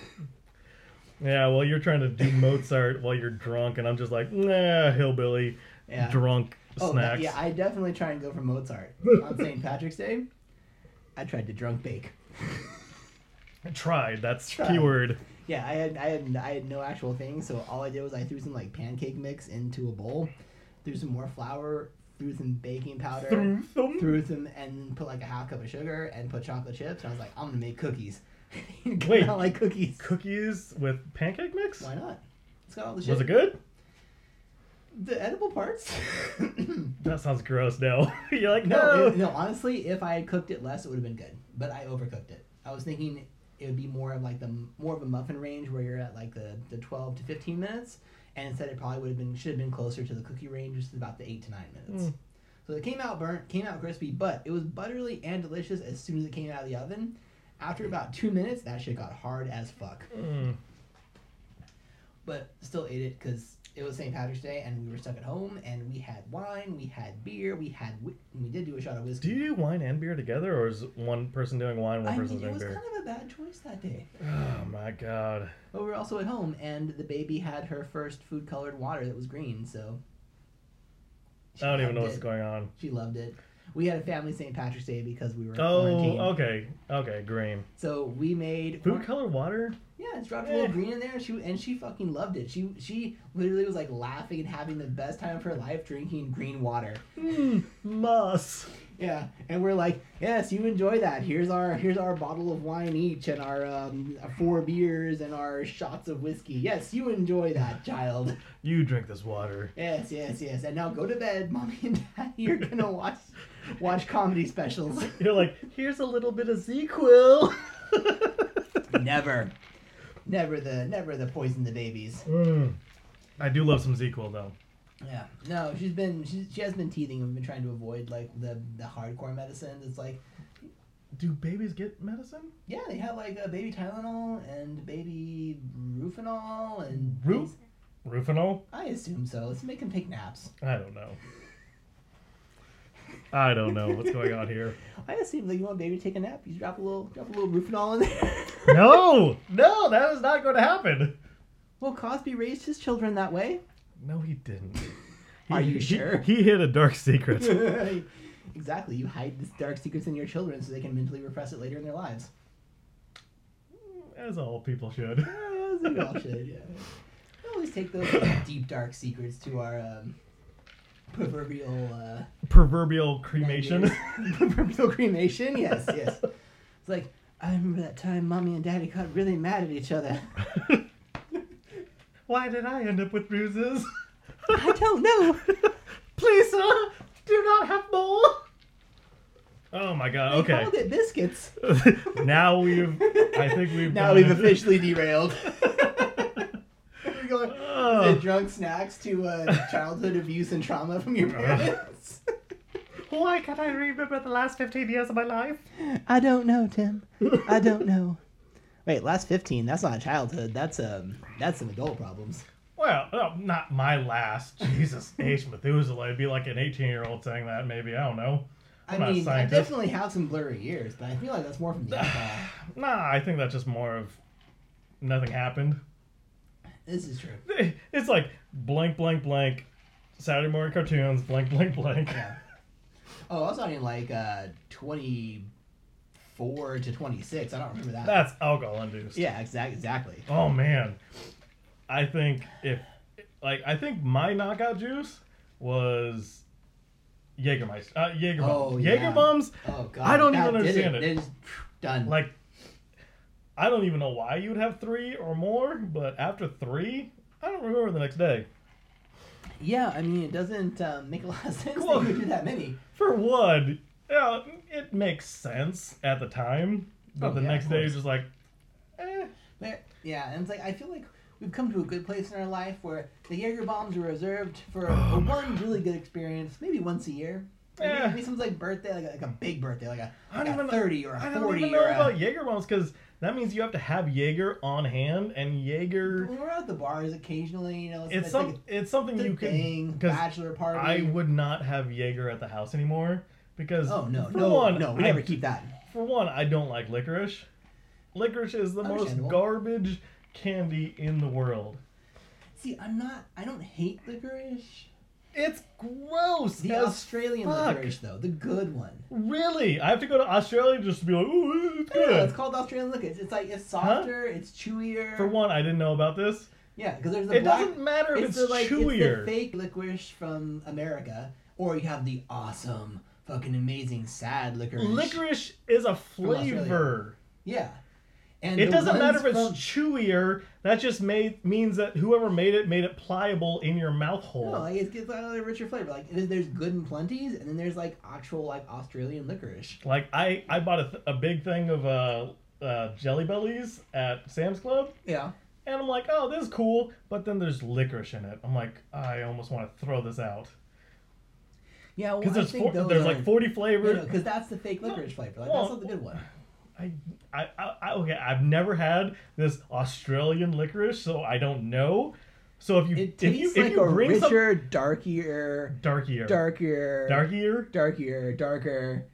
B: Yeah, well, you're trying to do Mozart while you're drunk, and I'm just like, nah, hillbilly,
A: Yeah.
B: drunk
A: Oh
B: snacks.
A: that- yeah, I definitely try and go for
B: [LAUGHS]
A: Mozart on St. Patrick's Day. I tried to drunk bake.
B: tried. That's
A: Tried.
B: keyword.
A: Yeah, I had I had I had no actual thing, so all I did was I threw some like pancake mix into a bowl, threw some more flour, threw some baking powder,
B: Through some-
A: threw some and then put like a half cup of sugar and put chocolate chips. And I was like, I'm gonna make cookies. [LAUGHS]
B: Wait.
A: I don't like cookies.
B: Cookies with pancake mix.
A: Why not? It's got all the shit.
B: Was it good?
A: The edible parts.
B: That sounds gross. Now you're
A: [COUGHS]
B: like,
A: no,
B: no. [LAUGHS]
A: it- no. Honestly, if I had cooked it less, it would have been good. But I overcooked it. I was thinking it would be more of like the more of a muffin range where you're at like the the 12 to 15 minutes, and instead it probably would have been should have been closer to the cookie range, which is about the eight to nine minutes.
B: Mm.
A: So it came out burnt, came out crispy, but it was buttery and delicious as soon as it came out of the oven. After about two minutes, that shit got hard as fuck.
B: Mm.
A: But still ate it because it was St. Patrick's Day and we were stuck at home and we had wine, we had beer, we had whi- we did do a shot of
B: Do
A: whiskey.
B: you do wine and beer together, or is one person doing wine, one
A: I
B: person
A: mean, it
B: doing
A: was
B: beer?
A: kind of a bad choice that day.
B: Oh my god.
A: But we were also at home, and the baby had her first food colored water that was green, so.
B: I don't even know
A: loved
B: what's
A: it.
B: going on.
A: She loved it. We had a family St. Patrick's Day because we were
B: Oh,
A: quarantined.
B: okay, okay, green.
A: So we made
B: Food color water.
A: Yeah, just dropped a
B: Eh.
A: little green in there. And she and she fucking loved it. She she literally was like laughing and having the best time of her life drinking green water.
B: Mm, muss.
A: Yeah, and we're like, yes, you enjoy that. Here's our here's our bottle of wine each, and our um, four beers and our shots of whiskey. Yes, you enjoy that, child.
B: You drink this water.
A: Yes, yes, yes. And now go to bed, mommy and daddy are gonna watch watch comedy specials.
B: You're like, here's a little bit of [LAUGHS] ZQL.
A: never, never the never the poison the babies.
B: Mm. I do love some ZQL though.
A: Yeah. No, she's been she's, she has been teething. We've been trying to avoid like the the hardcore medicine. It's like
B: Do babies get medicine?
A: yeah, they have like a baby Tylenol and baby Rufinol and
B: Ru-
A: things-
B: Rufinol?
A: I assume so. Let's make them take naps.
B: I don't know. I don't know what's going on here.
A: I assume that you want baby to take a nap. You drop a little drop a little Rufinol in there. [LAUGHS]
B: [LAUGHS] No, no, that is not going to happen.
A: well, Cosby raised his children that way.
B: No, he didn't.
A: Are
B: He-
A: you
B: he-
A: sure?
B: He, hid a dark
A: [LAUGHS]
B: secret.
A: exactly. You hide this dark secrets in your children so they can mentally repress it later in their
B: [LAUGHS]
A: lives.
B: [LAUGHS] As all people should.
A: Yeah, I think all should, yeah. We always take those [COUGHS] deep dark secrets to our um, proverbial uh,
B: [LAUGHS] Proverbial cremation.
A: nightmares. [LAUGHS] proverbial cremation. Yes, yes. It's like I remember that time mommy and daddy got really mad at each
B: [LAUGHS]
A: other.
B: [LAUGHS] Why did I end up with bruises?
A: I don't know.
B: [LAUGHS] Please, sir, do not have more. Oh my god,
A: They
B: okay.
A: called it biscuits.
B: [LAUGHS] now we've. I think we've.
A: now
B: done
A: we've
B: it.
A: officially derailed. We're going
B: [LAUGHS] Ugh.
A: to drunk snacks to uh, childhood abuse and trauma from your
B: Uh-huh.
A: parents.
B: Why can't I remember the last 15 years of my life?
A: [LAUGHS] I don't know, Tim. I don't know. Wait, last fifteen. That's not childhood. That's um. That's some adult problems.
B: Well, oh, not my last. Jesus [LAUGHS] H. Methuselah. It'd be like an 18 year old saying that, maybe. I don't know.
A: I
B: I'm not a
A: mean, I
B: scientist.
A: definitely have some blurry years, but I feel like that's more from the alcohol.
B: [SIGHS] Nah, I think that's just more of nothing happened. [LAUGHS]
A: This is true.
B: It's like blank, blank, blank. Saturday morning cartoons, blank, blank, blank.
A: Yeah. Oh, I was talking like uh, twenty four to twenty six. I don't remember that.
B: That's alcohol induced.
A: yeah, exactly. Exactly.
B: Oh man, I think if like I think my knockout juice was Jägermeister. Uh, Jäger
A: Oh,
B: bombs.
A: yeah.
B: Jäger bombs.
A: Oh God.
B: I don't
A: that
B: even
A: did
B: understand it.
A: They just- done.
B: Like I don't even know why you would have three or more, but after three, I don't remember the next day.
A: yeah, I mean, it doesn't um, make a lot of sense
B: Well-
A: that you would do that many.
B: For one, yeah, it makes sense at the time, but
A: Oh,
B: the
A: yeah,
B: next
A: of
B: day
A: course.
B: is just like, eh.
A: There, yeah, and it's like I feel like we've come to a good place in our life where the Jaeger bombs are reserved for
B: Oh,
A: a one really good experience, maybe once a year. Like,
B: Yeah.
A: Maybe someone's like birthday, like a, like a big birthday, like a,
B: Eh. I don't
A: like a
B: even-
A: thirty or a
B: I don't
A: forty
B: even
A: or
B: know
A: a.
B: about Jaeger bombs because that means you have to have Jaeger on hand, and Jaeger.
A: when we're out at the bars occasionally, you know, it's,
B: It's
A: it's
B: some,
A: like
B: it's something
A: a
B: you
A: thing,
B: can because
A: bachelor party.
B: I would not have Jaeger at the house anymore because
A: oh no,
B: for
A: no,
B: one,
A: no, we
B: I-
A: never keep that.
B: for one, I don't like licorice. Licorice is the most
A: Understandable.
B: garbage candy in the world.
A: See, I'm not. I don't hate licorice.
B: It's gross.
A: The
B: as
A: Australian
B: fuck.
A: licorice, though, the good one.
B: Really, I have to go to Australia just to be like, ooh, it's
A: Yeah,
B: good.
A: it's called Australian licorice. It's like it's softer, it's chewier.
B: for one, I didn't know about this.
A: yeah, because there's the
B: It
A: black.
B: doesn't matter if
A: it's,
B: it's,
A: the, like it's
B: chewier.
A: the fake licorice from America, or you have the awesome, fucking amazing, sad licorice.
B: licorice is a
A: Australia.
B: flavor.
A: Yeah, and
B: It
A: the
B: doesn't matter if
A: ones
B: it's chewier. That just made means that whoever made it made it pliable in your mouth
A: from,
B: hole.
A: no, like it gets a richer flavor. Like there's, there's good and plenties, and then there's like actual like Australian licorice.
B: Like I, I bought a, th- a big thing of uh, uh, Jelly Bellies at Sam's Club,
A: Yeah,
B: And I'm like, oh, this is cool. But then there's licorice in it. I'm like, I almost want to throw this out.
A: Yeah, well,
B: Because
A: I
B: there's,
A: think
B: four,
A: those
B: there's
A: are-
B: like 40
A: No,
B: flavors.
A: no, because that's the fake licorice flavor. Like,
B: well,
A: that's not the good one.
B: I, I, I, I- okay, I've never had this Australian licorice, so I don't know. So if you
A: It
B: if you
A: tastes
B: if
A: like
B: you
A: a
B: bring some
A: richer, darkier,
B: darkier,
A: darkier,
B: darkier,
A: darkier, darker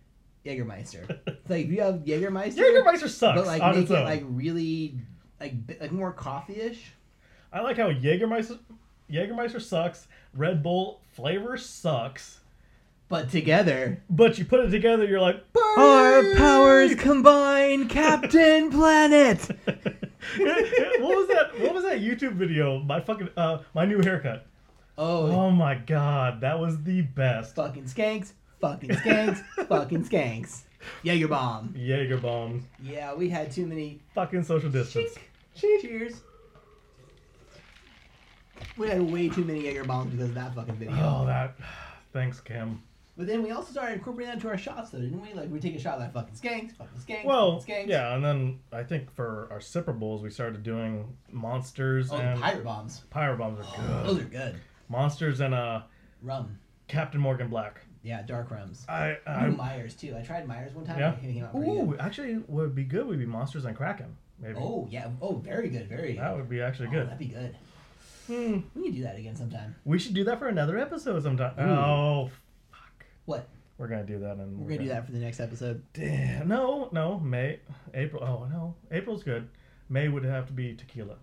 A: Jägermeister. it's like if you have Jägermeister,
B: Jägermeister sucks
A: but like
B: on
A: make
B: its
A: it
B: own.
A: like really like bi- like more coffee-ish.
B: I like how Jägermeister Jägermeister sucks. Red Bull flavor sucks.
A: But together,
B: But you put it together, you're like,
A: our
B: "Party!" [LAUGHS]
A: powers combine, Captain Planet.
B: what was that? What was that YouTube video? My fucking uh, my new haircut.
A: Oh,
B: Oh my god, that was the best.
A: fucking skanks, fucking skanks, fucking
B: [LAUGHS]
A: skanks. Jaeger bomb.
B: Jaeger bombs.
A: Yeah, we had too many.
B: Fucking social distance.
A: Cheers. We had way too many Jaeger bombs because of that fucking video.
B: Oh, that. [SIGHS] Thanks, Kim.
A: But then we also started incorporating that into our shots, though, didn't we? Like we take a shot like fucking skanks, fucking skanks,
B: Well,
A: fucking skanks.
B: yeah, and then I think for our sipper bowls, we started doing monsters
A: Oh,
B: and
A: the Oh, pirate bombs.
B: Pyro
A: [GASPS]
B: bombs are good.
A: Those are good.
B: Monsters and uh,
A: Rum.
B: Captain Morgan Black.
A: Yeah, dark rums.
B: I,
A: Ooh,
B: I
A: Myers too. I tried Myers one time.
B: yeah.
A: and It came out pretty good.
B: Ooh, actually, what would be good would be monsters and Kraken. Maybe
A: Oh yeah. Oh, very good. Very.
B: that would be actually
A: Oh,
B: good.
A: That'd be good.
B: Hmm.
A: We can do that again sometime.
B: We should do that for another episode sometime.
A: Ooh.
B: Oh, fuck.
A: What?
B: We're gonna do that, and
A: We're gonna do that for the next episode.
B: Damn. No, no. May, April. Oh no, April's good. May would have to be tequila.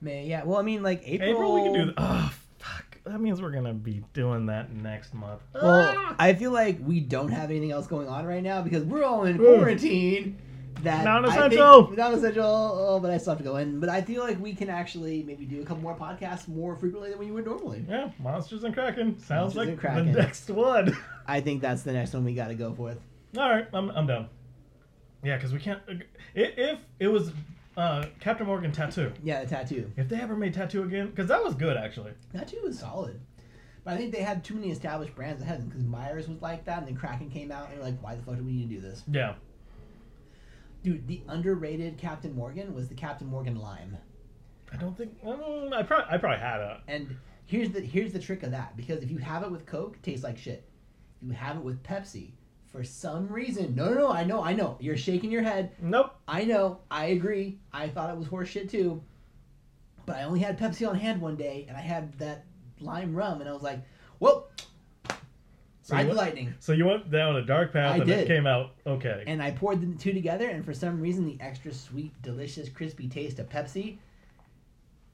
A: May. Yeah. Well, I mean, like April.
B: April, we can do. Th- oh fuck. That means we're gonna be doing that next month.
A: Well,
B: Ah!
A: I feel like we don't have anything else going on right now because we're all in
B: Ooh.
A: quarantine. That I think-
B: Non-essential.
A: non-essential. Oh, but I still have to go in. But I feel like we can actually maybe do a couple more podcasts more frequently than we would normally.
B: yeah, monsters and Kraken sounds
A: Monsters
B: like
A: and Kraken.
B: the next one. [LAUGHS]
A: I think that's the next one we got to go with.
B: All right, I'm I'm done. Yeah, because we can't. i- If it was uh, Captain Morgan tattoo,
A: Yeah, the tattoo.
B: if they ever made tattoo again, because that was good actually.
A: Tattoo was solid. But I think they had too many established brands that had them because Myers was like that, and then Kraken came out, and you're like, why the fuck do we need to do this?
B: Yeah.
A: Dude, the underrated Captain Morgan was the Captain Morgan Lime.
B: I don't think. mm, I probably I probably had a.
A: And here's the here's the trick of that because if you have it with Coke, it tastes like shit. If you have it with Pepsi, for some reason, no, no, no, I know, I know, you're shaking your head.
B: Nope.
A: I know, I agree. I thought it was horse shit too. But I only had Pepsi on hand one day, and I had that lime rum, and I was like, well,
B: So
A: ride
B: you
A: the
B: went,
A: lightning.
B: so you went down a dark path
A: I
B: and
A: did.
B: it came out okay.
A: and I poured the two together, and for some reason, the extra sweet, delicious, crispy taste of Pepsi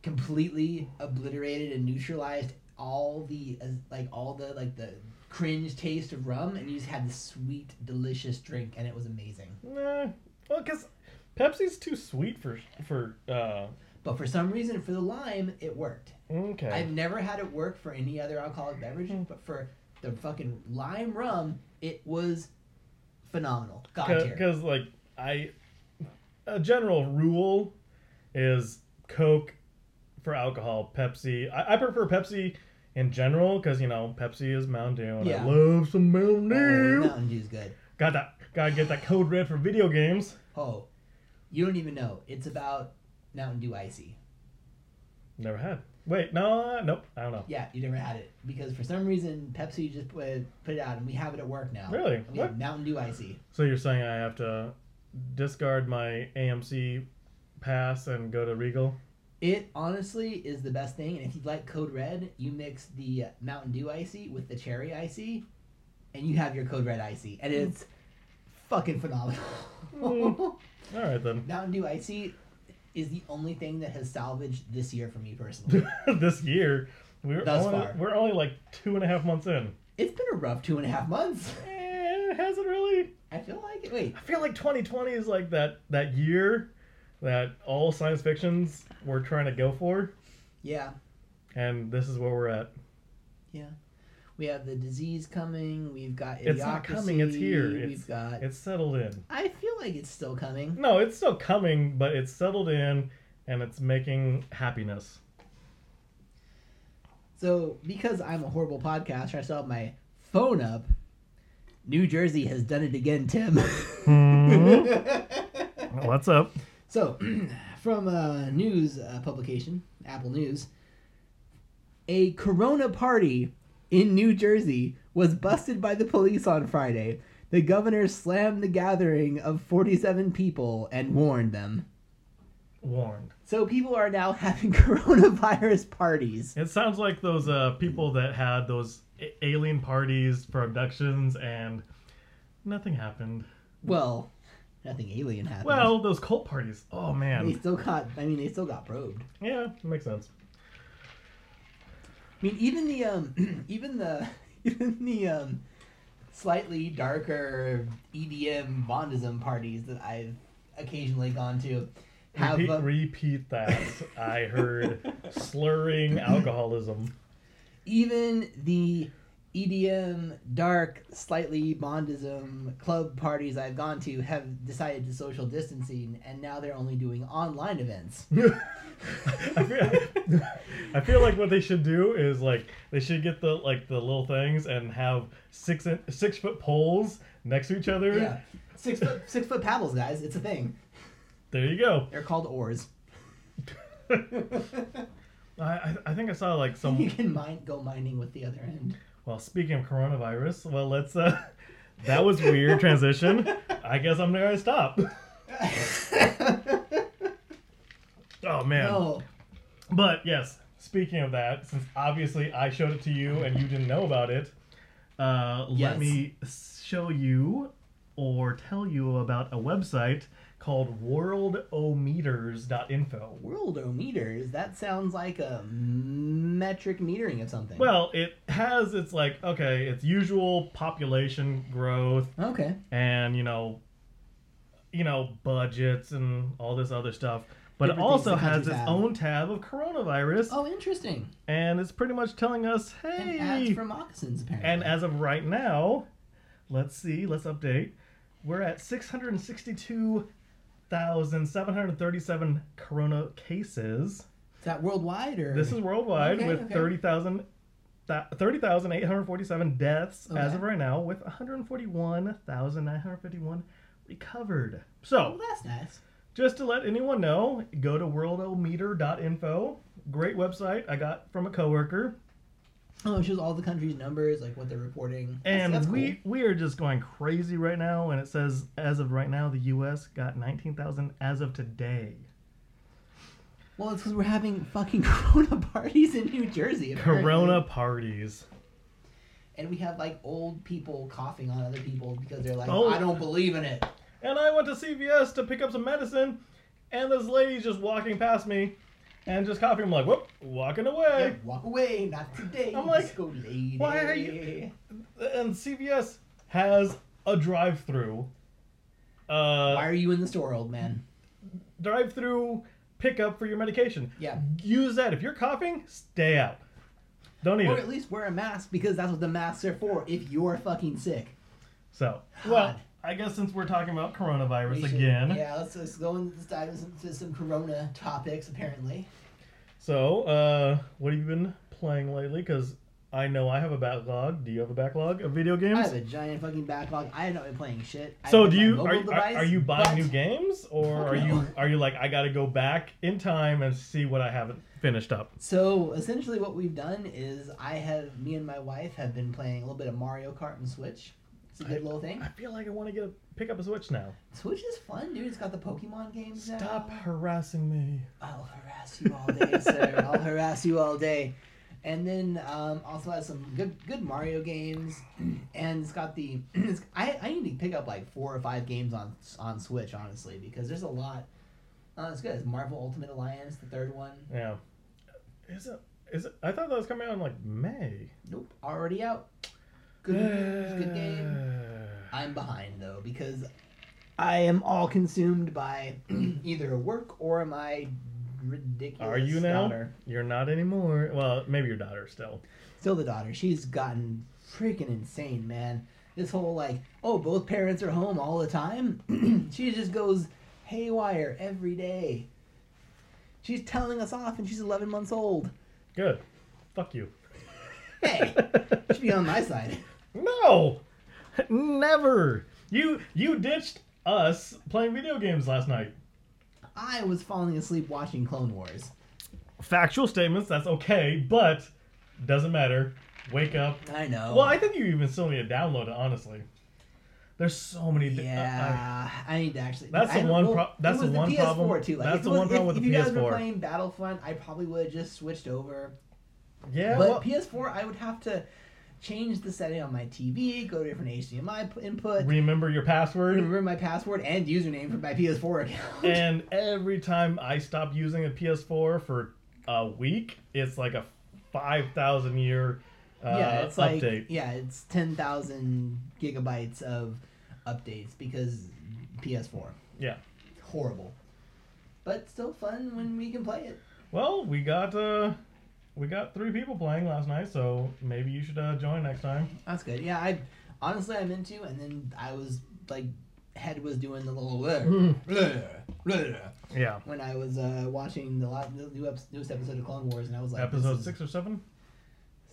A: completely obliterated and neutralized all the uh, like all the like the cringe taste of rum, and you just had this sweet, delicious drink, and it was amazing.
B: nah. Well, because Pepsi's too sweet for for. uh
A: But for some reason, for the lime, it worked.
B: Okay.
A: I've never had it work for any other alcoholic beverage, but for the fucking lime rum, it was phenomenal. God tier.
B: because like i a general rule is coke for alcohol pepsi i, I prefer pepsi in general because you know pepsi is mountain dew and
A: Yeah.
B: i love some mountain
A: Oh,
B: dew
A: Mountain Dew's good.
B: got that gotta get that code red for video games
A: Oh, you don't even know. It's about Mountain Dew Icy.
B: never had wait no uh, nope i don't know
A: Yeah, you never had it because for some reason Pepsi just put, put it out, and we have it at work now.
B: Really?
A: And We
B: What?
A: have Mountain Dew Icy.
B: so you're saying i have to discard my amc pass and go to regal
A: It honestly is the best thing, and if you like Code Red, you mix the uh, Mountain Dew Icy with the Cherry Icy, and you have your Code Red Icy, and it's fucking phenomenal.
B: Mm. all right then
A: [LAUGHS]
B: [LAUGHS]
A: Mountain Dew Icy is the only thing that has salvaged this year for me
B: [LAUGHS]
A: personally.
B: this year we're
A: Thus
B: only,
A: far.
B: we're only like two and a half months in
A: it's been a rough two and a half months.
B: Eh, has it really?
A: I feel like it. Wait,
B: I feel like 2020 is like that that year that all science fictions were trying to go for,
A: yeah.
B: and this is where we're at.
A: Yeah. We have the disease coming. We've got idiocracy.
B: It's not coming, it's here. It's-
A: We've got.
B: It's settled in.
A: I feel like it's still coming.
B: No, it's still coming, but it's settled in, and it's making happiness.
A: So because I'm a horrible podcaster, I still have my phone up. New Jersey has
B: Hmm.
A: done it again, Tim.
B: What's up?
A: [LAUGHS] so, [CLEARS THROAT] from a news uh, publication, Apple News. A Corona party in New Jersey was busted by the police on Friday. The governor slammed the gathering of 47 people and warned them.
B: Warned.
A: So people are now [LAUGHS] having coronavirus parties.
B: It sounds like those uh, people that had those a- alien parties for abductions and nothing happened.
A: Well, nothing alien happened.
B: Well, those cult parties. Oh
A: they
B: man.
A: still got. I mean, they still got probed.
B: Yeah, makes sense.
A: I mean, even the um, [CLEARS THROAT] even the [LAUGHS] even the um, slightly darker EDM Bondism parties that I've occasionally gone to have.
B: Repeat,
A: uh,
B: repeat that. I heard slurring alcoholism.
A: even the EDM dark, slightly Bondism club parties I've gone to have decided to social distancing, and now they're only doing online events.
B: I feel, I feel like what they should do is like they should get the like the little things and have six in, six foot poles next to each other.
A: Yeah, six foot six foot paddles, guys. It's a thing.
B: There you go.
A: They're called oars.
B: I, I I think I saw
A: [LAUGHS]
B: like
A: You
B: [LAUGHS] some.
A: can mine go mining with the other end.
B: Well, speaking of coronavirus, well let's. uh That was weird transition. I guess I'm gonna [LAUGHS] stop. Oh man.
A: no,
B: But yes, speaking of that, since obviously I showed it to you and you didn't know about it, uh,
A: Yes.
B: let me show you or tell you about a website called worldometers.info.
A: worldometers. That sounds like a metric metering of something.
B: Well, it has its like okay, its usual population growth
A: okay.
B: and you know, you know budgets and all this other stuff. But it
A: Different
B: also
A: things the
B: has
A: countries
B: its
A: have.
B: own tab of coronavirus,
A: Oh, interesting.
B: and it's pretty much telling us,
A: And
B: hey,
A: ads for moccasins apparently.
B: And as of right now, let's see, let's update. We're at 662,737 corona cases.
A: is that worldwide or
B: This is worldwide
A: Okay,
B: with
A: okay.
B: 30,000 tha- 30,847 deaths as
A: Okay.
B: of right now with 141,951 recovered. So,
A: Well, Oh, that's nice.
B: just to let anyone know, go to worldometer.info. Great website I got from a coworker.
A: Oh, it shows all the countries' numbers, like what they're reporting. That's-
B: And
A: that's cool.
B: we we are just going crazy right now, and it says as of right now the U.S. got nineteen thousand as of today.
A: well, it's because we're having fucking [LAUGHS] Corona parties in New Jersey. apparently.
B: Corona parties.
A: And we have like old people coughing on other people because they're like,
B: Oh.
A: I don't believe in it.
B: And I went to CVS to pick up some medicine, and this lady's just walking past me, and just coughing. I'm like, whoop, walking away.
A: Yeah, walk away, not today.
B: I'm like,
A: disco lady.
B: why are you- And CVS has a drive-through.
A: Why
B: Uh,
A: are you in the store, old man?
B: drive-through pickup for your medication.
A: Yeah.
B: Use that if you're coughing. Stay out. Don't eat
A: Or
B: it.
A: at least wear a mask because that's what the masks are for if you're fucking sick.
B: So,
A: God.
B: well, I guess since we're talking about
A: We
B: coronavirus
A: should-
B: again,
A: Yeah, let's, let's go into this dive into some, to some corona topics, apparently.
B: so uh, what have you been playing lately? Because I know I have a backlog. Do you have a backlog of video
A: I
B: games?
A: have a giant fucking backlog. I have not been playing shit. I
B: so
A: have
B: do
A: my
B: you
A: mobile
B: are, you- are,
A: device,
B: are you buying
A: but
B: new games or
A: Fuck
B: are
A: no.
B: you are you like I got to go back in time and see what I haven't finished up?
A: So essentially, what we've done is I have me and my wife have been playing a little bit of Mario Kart and Switch. It's a good little thing.
B: I feel like I want to get a pick up a Switch now.
A: Switch is fun, dude. It's got the Pokemon games now.
B: Stop harassing me.
A: I'll harass you all day, sir. I'll harass you all day. And then um, also has some good good Mario games, and it's got the. [CLEARS THROAT] It's, I I need to pick up like four or five games on on Switch honestly because there's a lot. Uh, it's good. It's Marvel Ultimate Alliance, the third one.
B: Yeah. Is it is it I thought that was coming out in like May.
A: Nope, already out. Good, it's a good
B: [SIGHS]
A: game. [SIGHS] I'm behind though because I am all consumed by [CLEARS THROAT] either work or my ridiculous.
B: Are you now?
A: daughter.
B: You're not anymore. Well, maybe your daughter still.
A: still the daughter she's gotten freaking insane man this whole like oh both parents are home all the time [CLEARS THROAT] she just goes haywire every day she's telling us off and she's 11 months old
B: Good. Fuck you. [LAUGHS]
A: hey she'd be on my side
B: No. [LAUGHS] Never. You you ditched us playing video games last night.
A: I was falling asleep watching Clone Wars.
B: Factual statements, that's okay, but doesn't matter. Wake up.
A: I know.
B: Well, I think you even still need to download it, honestly. There's so many. di- uh, I- I-
A: Yeah, I need to actually.
B: That's
A: I
B: the
A: don't-
B: one
A: well,
B: pro- that's
A: it
B: the
A: was
B: one
A: PS4
B: problem-
A: Too. Like,
B: that's
A: if
B: the
A: it was-
B: one problem
A: if,
B: with
A: if
B: the
A: you guys were
B: PS4.
A: playing Battlefront, I probably would have just switched over.
B: yeah,
A: but
B: well,
A: PS4, I would have to change the setting on my TV, go to different HDMI p- input,
B: remember your password.
A: remember my password and username for my PS4 account.
B: and every time I stop using a PS4 for a week, it's like a 5,000 year
A: [LAUGHS]
B: uh,
A: yeah, it's like
B: update.
A: yeah, it's ten thousand gigabytes of updates because PS4
B: yeah.
A: horrible, but still fun when we can play it.
B: Well, we got uh, we got three people playing last night, so maybe you should uh, join next time.
A: That's good. Yeah, I honestly I'm into, and then I was like, head was doing the little bleh,
B: Hmm.
A: bleh, bleh,
B: Yeah.
A: when I was uh, watching the last the new ep- newest episode of Clone Wars, and I was like, this
B: Episode
A: is
B: six or seven.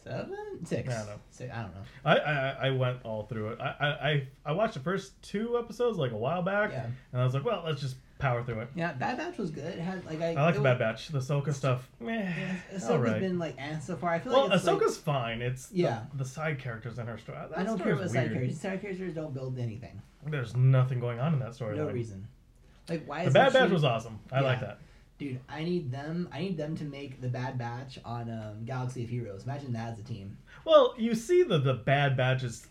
A: seven, six,
B: I don't know.
A: Six- I don't know.
B: I, I I went all through it. I, I I- I watched the first two episodes like a while back,
A: Yeah.
B: and I was like, well, let's just power through it.
A: Yeah, Bad Batch was good. It had like I,
B: I like
A: it
B: the
A: was-
B: Bad Batch, the Ahsoka stuff. Meh.
A: Ahsoka's
B: all right.
A: been like eh, so far. I feel
B: well,
A: like it's like,
B: Ahsoka's fine. It's the-
A: Yeah.
B: the, side characters in her story. That
A: I don't care
B: story's
A: about side
B: weird.
A: characters. Side characters don't build anything.
B: There's nothing going on in that story.
A: No reason. Like why
B: The
A: is
B: Bad Batch was awesome. I like
A: Yeah.
B: that.
A: dude? I need them. I need them to make the Bad Batch on um, Galaxy of Heroes. Imagine that as a team.
B: Well, you see that the Bad Batch is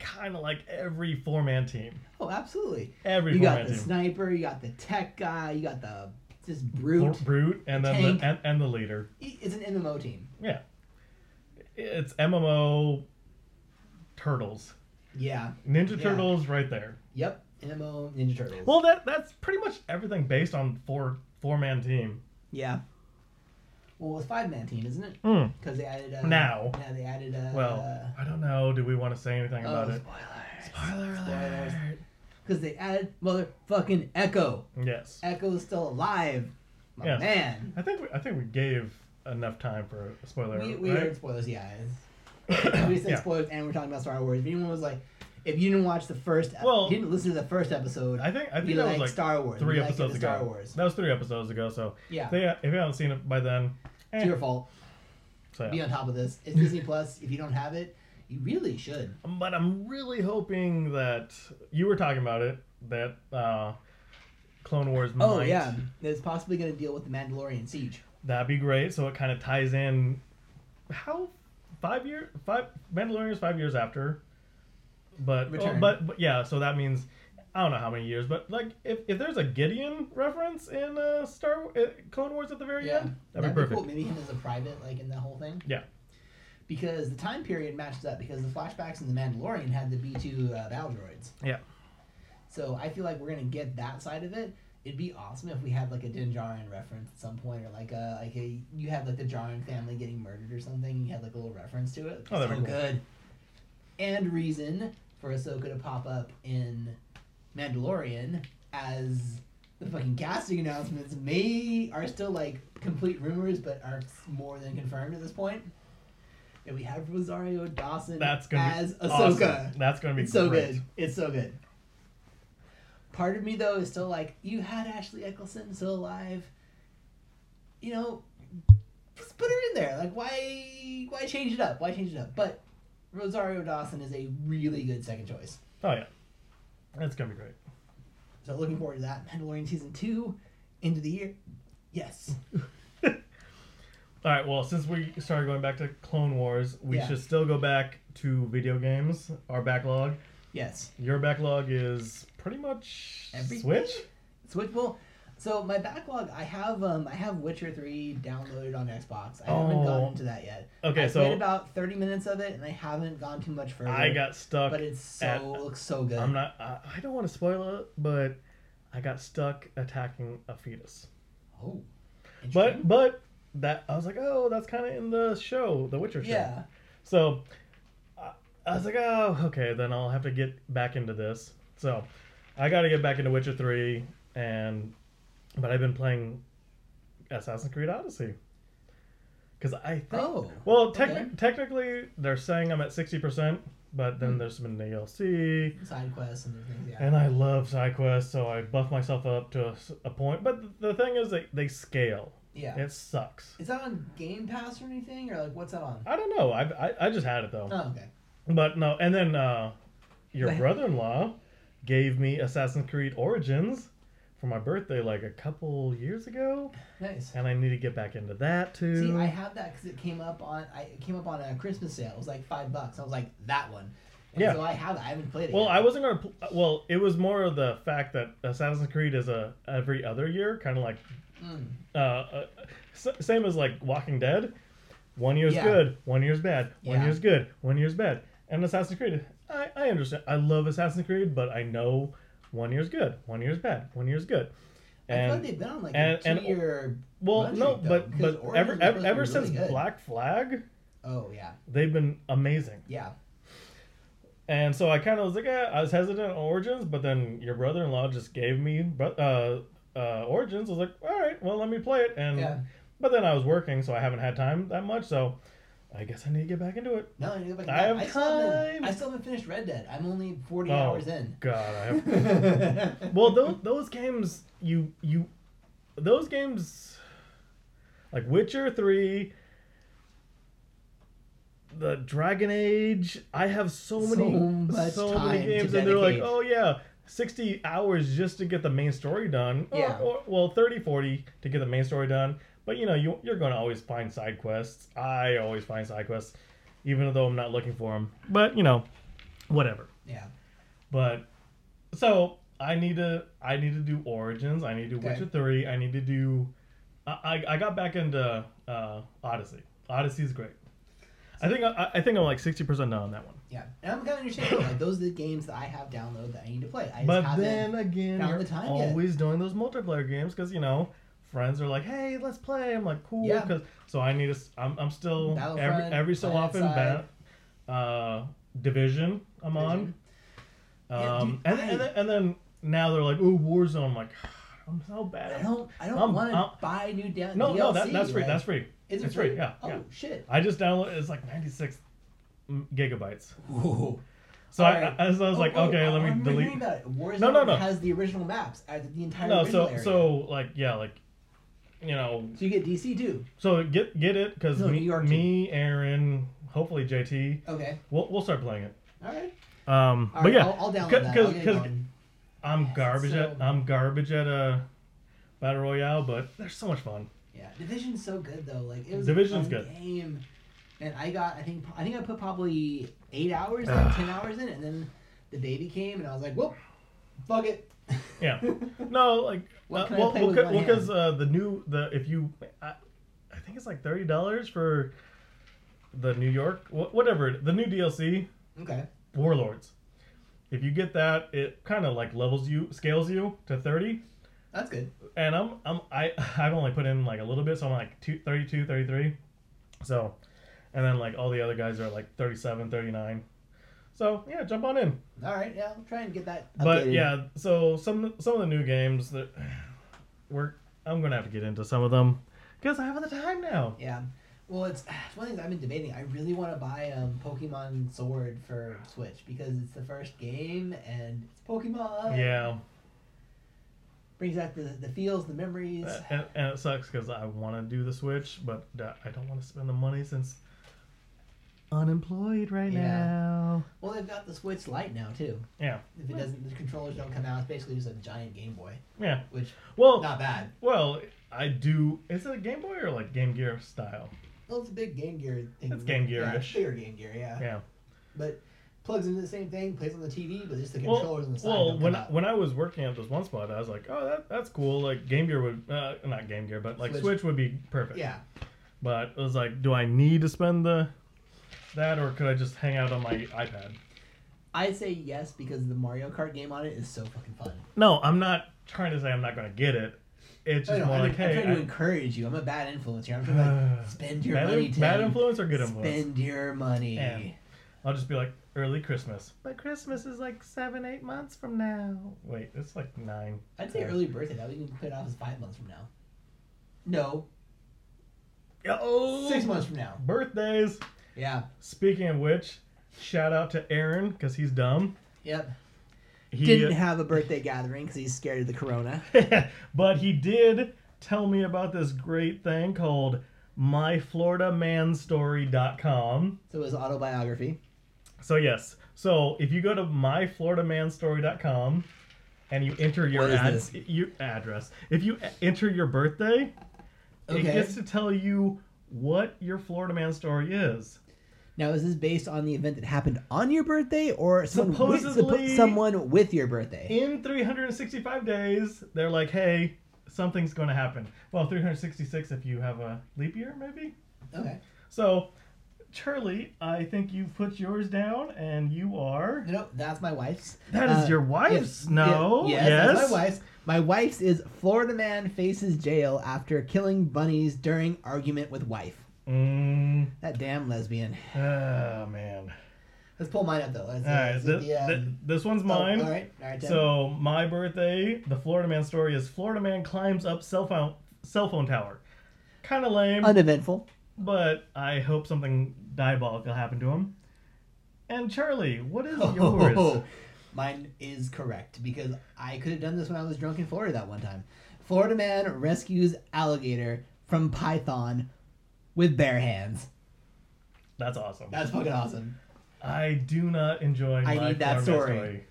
B: kind of like every four man team.
A: Oh, absolutely.
B: Every
A: you
B: four
A: got
B: man
A: the
B: team.
A: sniper. You got the tech guy. You got the just
B: Br-
A: brute.
B: Brute and then
A: Tank.
B: the, and, and the leader.
A: He- It's an MMO team.
B: Yeah. It's MMO Turtles.
A: Yeah.
B: Ninja
A: Yeah.
B: Turtles right there.
A: Yep. MMO Ninja Turtles.
B: Well, that that's pretty much everything based on four four man team.
A: yeah. Well, it's five man team, isn't it?
B: Hmm.
A: Because they added uh,
B: Now.
A: Yeah, they added. Uh,
B: Well, I don't know. Do we want to say anything
A: oh,
B: about it? Spoiler
A: Spoilers. Because they added motherfucking Echo.
B: Yes.
A: Echo is still alive. My
B: Yes.
A: man.
B: I think we, I think we gave enough time for a spoiler.
A: We, we
B: right?
A: heard spoilers, yeah.
B: [COUGHS]
A: it's- we said
B: Yeah.
A: spoilers and we're talking about Star Wars. If anyone was like, if you didn't watch the first, ep-
B: Well-
A: you didn't listen to the first episode,
B: I think I think
A: you
B: that
A: like
B: was like
A: Star Wars.
B: three
A: you like
B: episodes
A: the
B: ago.
A: Star Wars.
B: That was three episodes ago. So
A: Yeah.
B: They, if you haven't seen it by then, eh,
A: It's your fault.
B: so
A: Be
B: yeah.
A: on top of this. It's
B: [LAUGHS]
A: Disney Plus. If you don't have it, you really should.
B: But I'm really hoping that you were talking about it that uh, Clone Wars.
A: Oh
B: might-
A: yeah, it's possibly going to deal with the Mandalorian siege.
B: that'd be great. So it kind of ties in. How five years? Five Mandalorian's five years after, but oh,
A: Return.
B: but but yeah. So that means. I don't know how many years, but like if, if there's a Gideon reference in uh, Star uh, Clone Wars at the very
A: Yeah,
B: end, that'd, be perfect.
A: cool. Maybe him as a private, like in the whole thing.
B: Yeah.
A: Because the time period matches up. Because the flashbacks in the Mandalorian had the B two uh, battle droids.
B: Yeah.
A: So I feel like we're gonna get that side of it. It'd be awesome if we had like a Din Djarin reference at some point, or like a like a you had like the Djarin family getting murdered or something. You had like a little reference to it.
B: Oh, that'd be
A: So
B: cool.
A: good. And reason for Ahsoka to pop up in Mandalorian as the fucking casting announcements may are still like complete rumors, but are more than confirmed at this point. And we have Rosario Dawson
B: That's gonna
A: as
B: be
A: Ahsoka.
B: awesome. That's gonna be
A: It's so
B: great.
A: good. It's so good. Part of me though is still like, you had Ashley Eccleston still alive. You know, just put her in there. Like, why? Why change it up? Why change it up? But Rosario Dawson is a really good second choice.
B: Oh yeah, that's gonna be great.
A: So looking forward to that. Mandalorian season two, end of the year. Yes.
B: All right. Well, since we started going back to Clone Wars, we
A: Yeah.
B: should still go back to video games. Our backlog.
A: Yes.
B: Your backlog is pretty much
A: Everything?
B: Switch.
A: Switch. Well, so my backlog, I have um, I have Witcher three downloaded on Xbox. I haven't
B: Oh.
A: gotten to that yet.
B: Okay,
A: I
B: so-
A: played about thirty minutes of it, and I haven't gone too much further.
B: I got stuck.
A: but it's so
B: at-
A: looks so good.
B: I'm not. I, I don't want to spoil it, but I got stuck attacking a fetus.
A: Oh,
B: But but that I was like, oh, that's kind of in the show, The Witcher show.
A: yeah,
B: So I, I was like, oh, okay, then I'll have to get back into this. So I got to get back into Witcher 3, and but I've been playing Assassin's Creed Odyssey. Because I think.
A: Oh,
B: well, tec-
A: okay.
B: technically, they're saying I'm at 60%. But
A: Hmm.
B: then there's been an ALC,
A: Side quests and things. Yeah.
B: and I love side quests, so I buff myself up to a, s- a point. But the thing is, they, they scale.
A: yeah.
B: It sucks.
A: Is that on Game Pass or anything, or like what's that on?
B: I don't know. I, I, I just had it though.
A: Oh, okay.
B: But no, and then uh, your
A: But-
B: brother-in-law gave me Assassin's Creed Origins for my birthday like a couple years ago,
A: Nice.
B: and I need to get back into that too.
A: See, I have that because it came up on I it came up on a Christmas sale. It was like five bucks. I was like that one. And
B: Yeah.
A: So I have. It. I haven't played it.
B: well,
A: yet.
B: I wasn't gonna. Pl- well, it was more of the fact that Assassin's Creed is a every other year, kind of like
A: Mm.
B: uh, uh, s- same as like Walking Dead. One year's
A: Yeah.
B: good, one year's bad, one
A: Yeah.
B: year's good, one year's bad. And Assassin's Creed, I, I understand. I love Assassin's Creed, but I know one year's good, one year's bad, one year's good.
A: I feel
B: And
A: like they've been on like
B: and-
A: a two
B: and-
A: year.
B: well,
A: Bungie,
B: no,
A: though,
B: but
A: 'cause
B: but
A: Origins
B: ever
A: was supposed
B: ever,
A: to be
B: ever
A: really
B: since
A: good.
B: Black Flag,
A: Oh yeah,
B: they've been amazing.
A: yeah.
B: And so I kind of was like, eh, I was hesitant on Origins, but then your brother-in-law just gave me bro- uh, uh, Origins. I was like, all right, well, let me play it. And
A: Yeah.
B: but then I was working, so I haven't had time that much. So I guess I need to get back into it.
A: No, you go back.
B: I
A: and-
B: have
A: Still haven't,
B: time.
A: I still haven't finished Red Dead. I'm only forty
B: Oh.
A: hours in.
B: God, I have. [LAUGHS] well, those those games you you, those games, like Witcher three. The Dragon Age. I have so
A: So
B: many,
A: much
B: so
A: time to
B: many games, and they're like,
A: dedicate.
B: oh yeah, sixty hours just to get the main story done. Or-
A: Yeah.
B: Or, well, 30, 40 to get the main story done. But you know, you you're going to always find side quests. I always find side quests, even though I'm not looking for them. But you know, whatever.
A: yeah.
B: But so I need to I need to do Origins. I need to do
A: Okay.
B: Witcher three. I need to do. I I, I got back into uh, Odyssey. Odyssey is great. I think I, I think I'm like sixty percent done on that one.
A: Yeah, and I'm kind of understanding. Like those are the games that I have downloaded that I need to play. I just
B: But
A: haven't.
B: then again,
A: found
B: you're
A: the time yet.
B: always doing those multiplayer games because you know friends are like, hey, let's play. I'm like, cool.
A: Yeah.
B: 'cause- so I need to. s- I'm I'm still every
A: Battlefront,
B: every so often
A: Planetside.
B: bat, uh, division. I'm on.
A: Division. Yeah,
B: Um,
A: dude,
B: and,
A: I-
B: and, then, and then now they're like, "Ooh, Warzone." I'm like, I'm so bad.
A: I don't. I don't
B: I'm-
A: want
B: I'm-
A: to buy new down.
B: no,
A: DLC,
B: no, that, that's free.
A: Like,
B: That's free.
A: Is it
B: it's free,
A: free?
B: yeah,
A: Oh
B: yeah.
A: shit.
B: I just downloaded. It's like 96 gigabytes.
A: Whoa.
B: So I,
A: Alright.
B: I, so I was
A: Oh,
B: like,
A: oh,
B: okay,
A: I
B: let me
A: remember hearing
B: delete.
A: About it. Warzone
B: No, no, no.
A: has the original maps, uh, the entire
B: No,
A: original
B: so
A: area.
B: so like yeah, like you know,
A: So you get DC too.
B: so get get it because
A: No,
B: me,
A: you are too.
B: me, Aaron, hopefully JT,
A: Okay.
B: we'll we'll start playing it.
A: All right.
B: Um,
A: All
B: but
A: right,
B: yeah,
A: I'll, I'll download
B: c-
A: that.
B: 'cause-
A: I'll get
B: 'cause
A: going.
B: I'm garbage
A: So-
B: at I'm garbage at a battle royale, but they're so much fun.
A: Yeah, Division's so good though. Like it was
B: Division's
A: a fun
B: good.
A: game, and I got I think I think I put probably eight hours, in,
B: Ugh.
A: ten hours in, and then the baby came, and I was like, whoop, fuck it.
B: Yeah. No, like
A: What
B: uh,
A: can I
B: well,
A: play
B: well,
A: with
B: c-
A: one
B: well,
A: hand?
B: 'cause, uh, the new the if you, I, I think it's like thirty dollars for the New York wh- whatever it- the new DLC
A: [LAUGHS] okay.
B: Warlords. If you get that, it kind of like levels you, scales you to thirty.
A: That's good.
B: And I'm I'm I [LAUGHS] I've only put in like a little bit, so I'm like two, 32, 33. So, and then like all the other guys are like 37, 39. So yeah, jump on in.
A: All right. Yeah, I'll try and get that.
B: But
A: updated.
B: yeah, so some some of the new games that [SIGHS] we're I'm gonna have to get into some of them because I have the time now.
A: Yeah. Well, it's, [SIGHS] it's one of the things I've been debating. I really want to buy um, Pokemon Sword for Switch because it's the first game and it's Pokemon.
B: Yeah,
A: Brings back the, the feels, the memories.
B: uh, and, and it sucks because I want to do the Switch, but uh, I don't want to spend the money since unemployed right
A: Yeah.
B: now.
A: well, they've got the Switch Lite now too.
B: Yeah,
A: If it doesn't, the controllers don't come out. It's basically just a giant Game Boy,
B: yeah.
A: which
B: Well,
A: not bad.
B: well, I do. Is it a Game Boy or like Game Gear style?
A: Well, it's a big Game Gear thing.
B: It's Game
A: Yeah,
B: Gear-ish.
A: bigger Game Gear, yeah.
B: Yeah.
A: But plugs into the same thing, plays on the TV, but just the
B: Well,
A: controllers on the side.
B: Well,
A: don't
B: when
A: come out.
B: when I was working at this one spot, I was like, oh, that, that's cool. Like Game Gear would uh, not Game Gear, but like
A: Switch.
B: Switch, would be perfect.
A: yeah,
B: But it was like, do I need to spend the that, or could I just hang out on my iPad?
A: I'd say yes because the Mario Kart game on it is so fucking fun.
B: No, I'm not trying to say I'm not going to get it. It's
A: I don't
B: just
A: know,
B: more
A: I'm,
B: like,
A: I'm
B: hey,
A: trying to
B: I-
A: encourage you. I'm a bad influence here. I'm trying to
B: [SIGHS]
A: like, spend your
B: bad,
A: money. Tim.
B: bad influence or good influence?
A: Spend your money.
B: Yeah. I'll just be like early Christmas. But Christmas is like seven, eight months from now. Wait, it's like nine.
A: I'd say
B: ten.
A: early birthday. That we can put it off as five months from now. No,
B: Oh,
A: six months from now.
B: Birthdays.
A: Yeah.
B: Speaking of which, Shout out to Aaron because he's dumb.
A: Yep.
B: He, uh,
A: Didn't
B: [LAUGHS]
A: have a birthday gathering because he's scared of the corona.
B: but he did tell me about this great thing called myfloridamanstory.com.
A: So it was autobiography.
B: So yes. So if you go to myfloridamanstory.com and you enter your
A: What is
B: ad-
A: this?
B: your address, if you a- enter your birthday, it
A: Okay.
B: gets to tell you what your Florida man story is.
A: Now, is this based on the event that happened on your birthday or someone, with,
B: Supposedly-
A: suppo- someone with your birthday?
B: In 365 days, they're like, "Hey, something's going to happen." Well, 366 if you have a leap year, maybe.
A: Okay.
B: So, Charlie, I think you've put yours down, and you are.
A: No, that's my wife's. uh,
B: That is your wife's? No. Yes.
A: That's my wife's. My wife's is Florida man faces jail after killing bunnies during argument with wife.
B: Mm,
A: That damn lesbian.
B: oh man.
A: Let's pull mine up though. Let's,
B: All right,
A: let's
B: th-
A: see the,
B: th-
A: um,
B: this one's
A: oh,
B: mine.
A: all right. All right. Tim.
B: So my birthday, the Florida man story is Florida man climbs up cell phone cell phone tower. Kind of lame,
A: Uh, uneventful.
B: but I hope something diabolical happened to him. And Charlie,
A: [LAUGHS]
B: what is
A: Oh.
B: yours?
A: Mine is correct because I could have done this when I was drunk in Florida that one time. Florida man rescues alligator from python with bare hands.
B: That's awesome.
A: That's fucking awesome.
B: I do not enjoy.
A: I
B: my
A: need that
B: Florida man
A: story.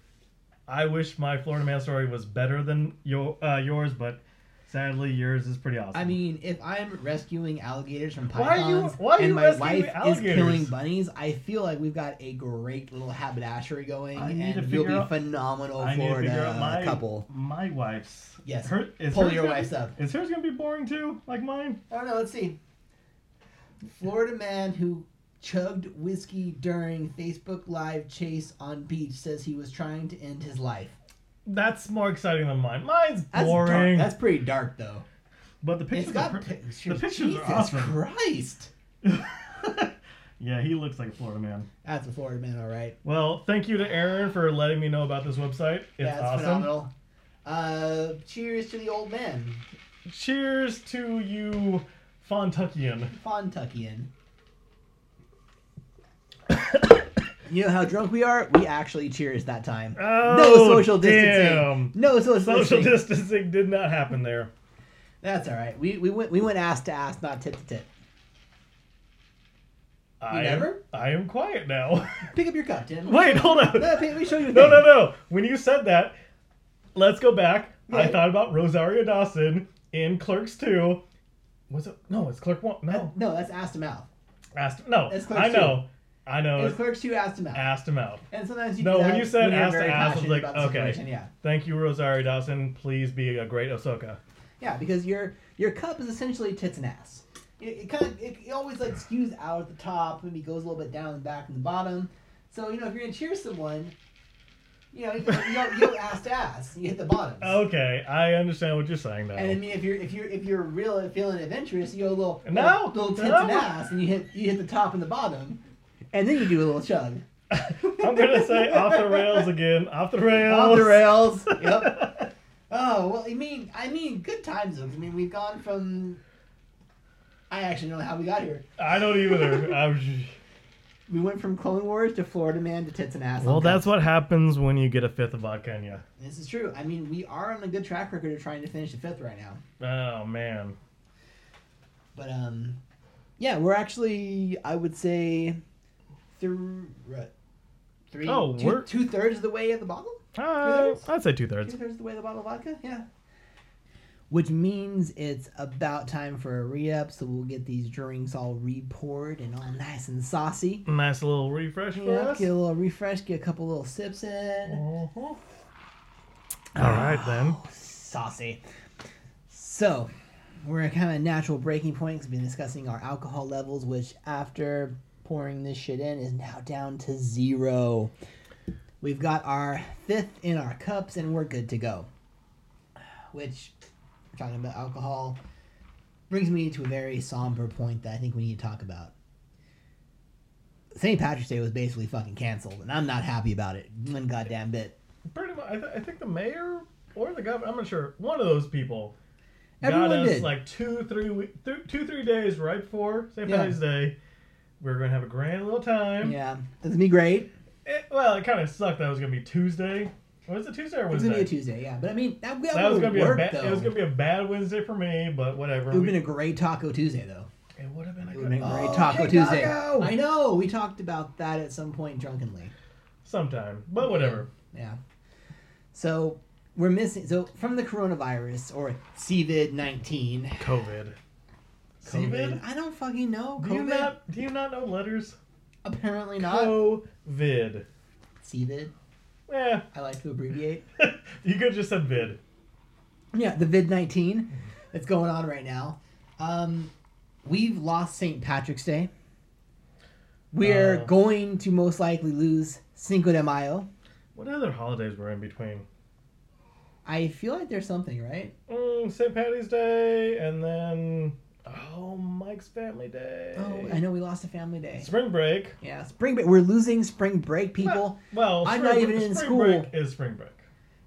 B: I wish my Florida man story was better than your uh, yours, but sadly yours is pretty awesome.
A: I mean, if I'm rescuing alligators from
B: Why are you-
A: pythons
B: why are you
A: and my
B: rescuing
A: wife
B: alligators?
A: is killing bunnies, I feel like we've got a great little haberdashery going,
B: I need to
A: and you'll
B: figure
A: be
B: out-
A: phenomenal
B: I need to
A: Florida
B: figure out my
A: couple.
B: my wife's.
A: Yes.
B: Her, is
A: Pull
B: hers
A: your
B: gonna-
A: wife's up.
B: Is hers gonna be boring too, like mine?
A: I don't know. Let's see. Florida man who chugged whiskey during Facebook Live chase on beach says he was trying to end his life.
B: That's more exciting than mine. Mine's
A: That's
B: boring.
A: Dark. That's pretty dark, though.
B: But the
A: It's
B: pictures.
A: got
B: are per-
A: pictures.
B: the pictures
A: Jesus
B: are awesome.
A: Christ.
B: [LAUGHS] yeah, he looks like a Florida man.
A: That's a Florida man, all right.
B: Well, thank you to Aaron for letting me know about this website. It's
A: That's
B: awesome.
A: phenomenal. Uh, cheers to the old man,
B: Cheers to you,
A: [LAUGHS]
B: Fontuckian.
A: Fontuckian. [COUGHS] you know how drunk we are? We actually cheers that time.
B: Oh,
A: no social distancing.
B: damn.
A: No social,
B: Social
A: distancing.
B: distancing did not happen there.
A: That's all right. We we went we went ass to ass, not tit to tit.
B: I
A: never?
B: Am, I am quiet now. [LAUGHS]
A: Pick up your cup, Tim.
B: Wait, hold on.
A: No, pick- let me show you. a
B: [LAUGHS] No,
A: thing.
B: no, no. When you said that, let's go back. I
A: Right.
B: thought about Rosario Dawson in Clerks 2. Was it? No, it's Clerk 1. No.
A: no. That's ass to mouth.
B: Asked, no,
A: It's Clerks
B: I know. I know.
A: It's
B: It's
A: clerks two ass to mouth.
B: asked him out.
A: And sometimes you
B: Uh, No,
A: do
B: when
A: that
B: you said
A: you're
B: ass
A: very
B: to ass, I was
A: passionate
B: like,
A: about the
B: okay.
A: situation, Yeah,
B: Thank you, Rosario Dawson. Please be a great Ahsoka.
A: yeah, because your your cup is essentially tits and ass. It, it kind of it, it always like skews out at the top, maybe goes a little bit down the back and the bottom. So you know if you're gonna cheer someone, you know you, go- you, go- you go ass to ass, you hit the
B: [LAUGHS]
A: bottom.
B: Oh, Okay, I understand what you're saying now.
A: And I mean, if you're if you're if you're real feeling adventurous, you go a little
B: No,
A: little, little tits
B: no.
A: and ass, and you hit you hit the top and the bottom, and then you do a little chug.
B: [LAUGHS] I'm gonna say off the rails again. Off the rails.
A: Off the rails. Yep.
B: [LAUGHS]
A: oh well, I mean, I mean, good times. though. I mean, we've gone from. I actually don't know how we got here.
B: I don't either. I was
A: We went from Clone Wars to Florida Man to tits and ass.
B: well,
A: on
B: that's
A: Cup.
B: what happens when you get a fifth of vodka in you.
A: This is true. I mean, we are on a good track record of trying to finish the fifth right now.
B: Oh man.
A: But um, yeah, we're actually I would say, through three
B: Oh, we're-
A: two thirds of the way of the bottle.
B: Uh,
A: Two-thirds?
B: I'd say two thirds.
A: Two thirds of the way to the bottle of vodka, yeah. Which means it's about time for a re up, so we'll get these drinks all re poured and all nice and saucy.
B: Nice little refresh for
A: Yeah,
B: us.
A: get a little refresh, get a couple little sips in.
B: Uh-huh. All right then.
A: Saucy. So, we're at kind of a natural breaking point 'cause we've been discussing our alcohol levels, which after pouring this shit in is now down to zero. We've got our fifth in our cups and we're good to go. Which, we're talking about alcohol, brings me to a very somber point that I think we need to talk about. St. Patrick's Day was basically fucking canceled, and I'm not happy about it one goddamn bit.
B: Pretty much. I, th- I think the mayor or the governor. I'm not sure. One of those people.
A: Everyone
B: got us
A: did.
B: like two, three, we- th- two, three days right before St.
A: Yeah.
B: Patrick's Day We were going to have a grand little time.
A: Yeah, it's gonna be great.
B: It, well, it kind of sucked that it was going to be Tuesday. Was it Tuesday or
A: It's
B: Wednesday?
A: gonna be a Tuesday, yeah. But I mean, that, that,
B: That was
A: would
B: gonna be
A: work
B: a ba-
A: though.
B: it was gonna be a bad Wednesday for me, but whatever.
A: it would have
B: We-
A: been a great Taco Tuesday though.
B: it would have been a
A: It
B: good
A: would have been a great
B: Oh,
A: Taco
B: okay,
A: Tuesday.
B: Taco!
A: I know we talked about that at some point drunkenly.
B: Sometime, but whatever.
A: Yeah. So we're missing. So from the coronavirus or COVID nineteen.
B: COVID. COVID.
A: I don't fucking know.
B: Do you
A: COVID?
B: not? Do you not know letters?
A: Apparently not.
B: COVID.
A: CVID.
B: Yeah.
A: I like to abbreviate.
B: [LAUGHS] you could have just said vid.
A: Yeah, the vid nineteen that's going on right now. Um, we've lost St. Patrick's Day. We're
B: Uh.
A: going to most likely lose Cinco de Mayo.
B: What other holidays were in between?
A: I feel like there's something right.
B: Mm, St. Patty's Day, and then oh, Mike's Family Day.
A: Oh, I know we lost a family day.
B: Spring break.
A: Yeah, spring break. We're losing spring break, people.
B: Well,
A: I'm
B: spring
A: not
B: bre-
A: even in
B: spring
A: school.
B: Break is spring break.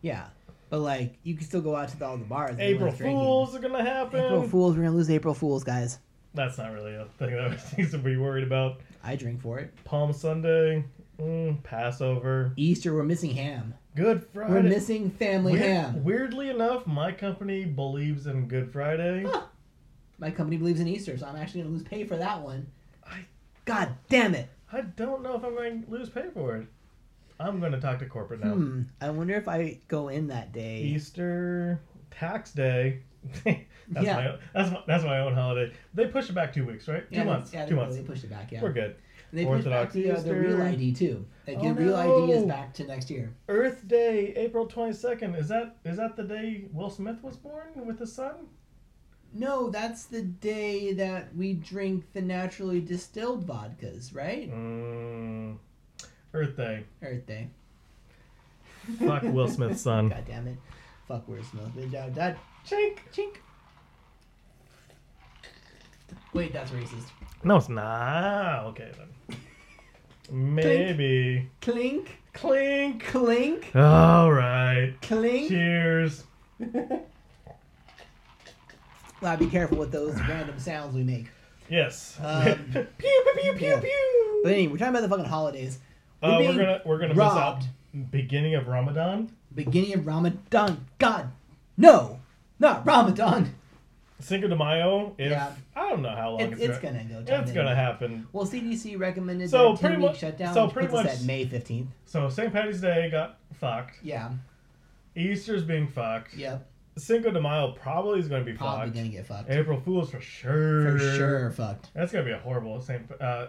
A: Yeah, but like you can still go out to the, all the bars. and
B: April
A: everyone's drinking.
B: Fools are gonna happen.
A: April Fools. We're gonna lose April Fools, guys.
B: That's not really a thing that [LAUGHS] I needs to be worried about.
A: I drink for it.
B: Palm Sunday, mm, Passover,
A: Easter. We're missing ham.
B: Good Friday.
A: We're missing family
B: Weird-
A: ham.
B: Weirdly enough, my company believes in Good Friday.
A: Huh. My company believes in Easter, so I'm actually gonna lose pay for that one.
B: I-
A: God damn it.
B: I don't know if I'm going to lose pay for it. I'm going to talk to corporate now.
A: Hmm. I wonder if I go in that day.
B: Easter tax day. [LAUGHS] that's,
A: Yeah.
B: my, that's my that's my own holiday. They push it back two weeks, right?
A: Yeah,
B: two
A: they-
B: months.
A: Yeah, they-
B: two months.
A: They pushed it back. Yeah.
B: We're good.
A: And they pushed back
B: Orthodox
A: the, uh, the
B: Easter.
A: real ID too. Like,
B: Oh,
A: the real ID is
B: no.
A: back to next year.
B: Earth Day, April twenty second. Is that is that the day Will Smith was born with his son?
A: No, that's the day that we drink the naturally distilled vodkas, right?
B: Mm, Earth Day.
A: Earth Day.
B: Fuck Will Smith's son.
A: God damn it. Fuck Will Smith. Good job, Dad.
B: [LAUGHS] Chink chink.
A: Wait, that's racist.
B: No, it's not. Okay then. Maybe.
A: Clink,
B: Clink.
A: clink,
B: All right.
A: clink.
B: Cheers.
A: Well, be careful with those random sounds we make.
B: Yes.
A: Um,
B: [LAUGHS] pew pew pew pew
A: yeah.
B: pew.
A: But anyway, we're talking about the fucking holidays. We're
B: Uh, we're
A: being
B: gonna we're gonna
A: robbed.
B: miss out beginning of Ramadan.
A: Beginning of Ramadan. God, no, not Ramadan.
B: Cinco de Mayo. If,
A: Yeah.
B: I don't know how long
A: It's,
B: it's,
A: it's
B: gonna,
A: gonna go. down
B: it's
A: anyway.
B: gonna happen.
A: Well, CDC recommended
B: So
A: a
B: pretty
A: ten-week
B: much-
A: shutdown,
B: so
A: which
B: pretty
A: puts us
B: much-
A: at May fifteenth.
B: So St. Patty's Day got fucked.
A: Yeah,
B: Easter's being fucked.
A: yep.
B: Cinco de Mayo probably is gonna be
A: Probably
B: fucked.
A: gonna get fucked
B: April Fools for sure.
A: for sure. Fucked.
B: That's gonna be a horrible St. Uh,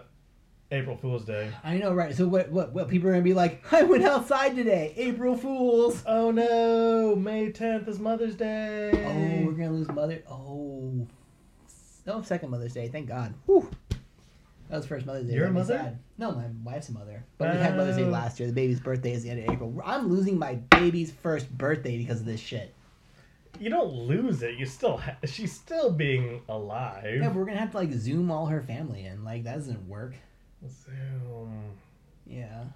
B: April Fool's Day.
A: I know, right? So what? What? What? People are gonna be like, I went outside today. April Fools.
B: Oh no! May 10th is Mother's Day.
A: Oh, we're gonna lose Mother. Oh, no, second Mother's Day. Thank God. Whew. That was first Mother's Day.
B: You're a
A: That made me
B: mother?
A: sad. No, my wife's a mother. But we had Mother's Day
B: Oh.
A: last year. The baby's birthday is the end of April. I'm losing my baby's first birthday because of this shit.
B: You don't lose it. You still ha- she's still being alive.
A: Yeah, but we're gonna have to like Zoom all her family in. Like that doesn't work.
B: Zoom.
A: Yeah,
B: um,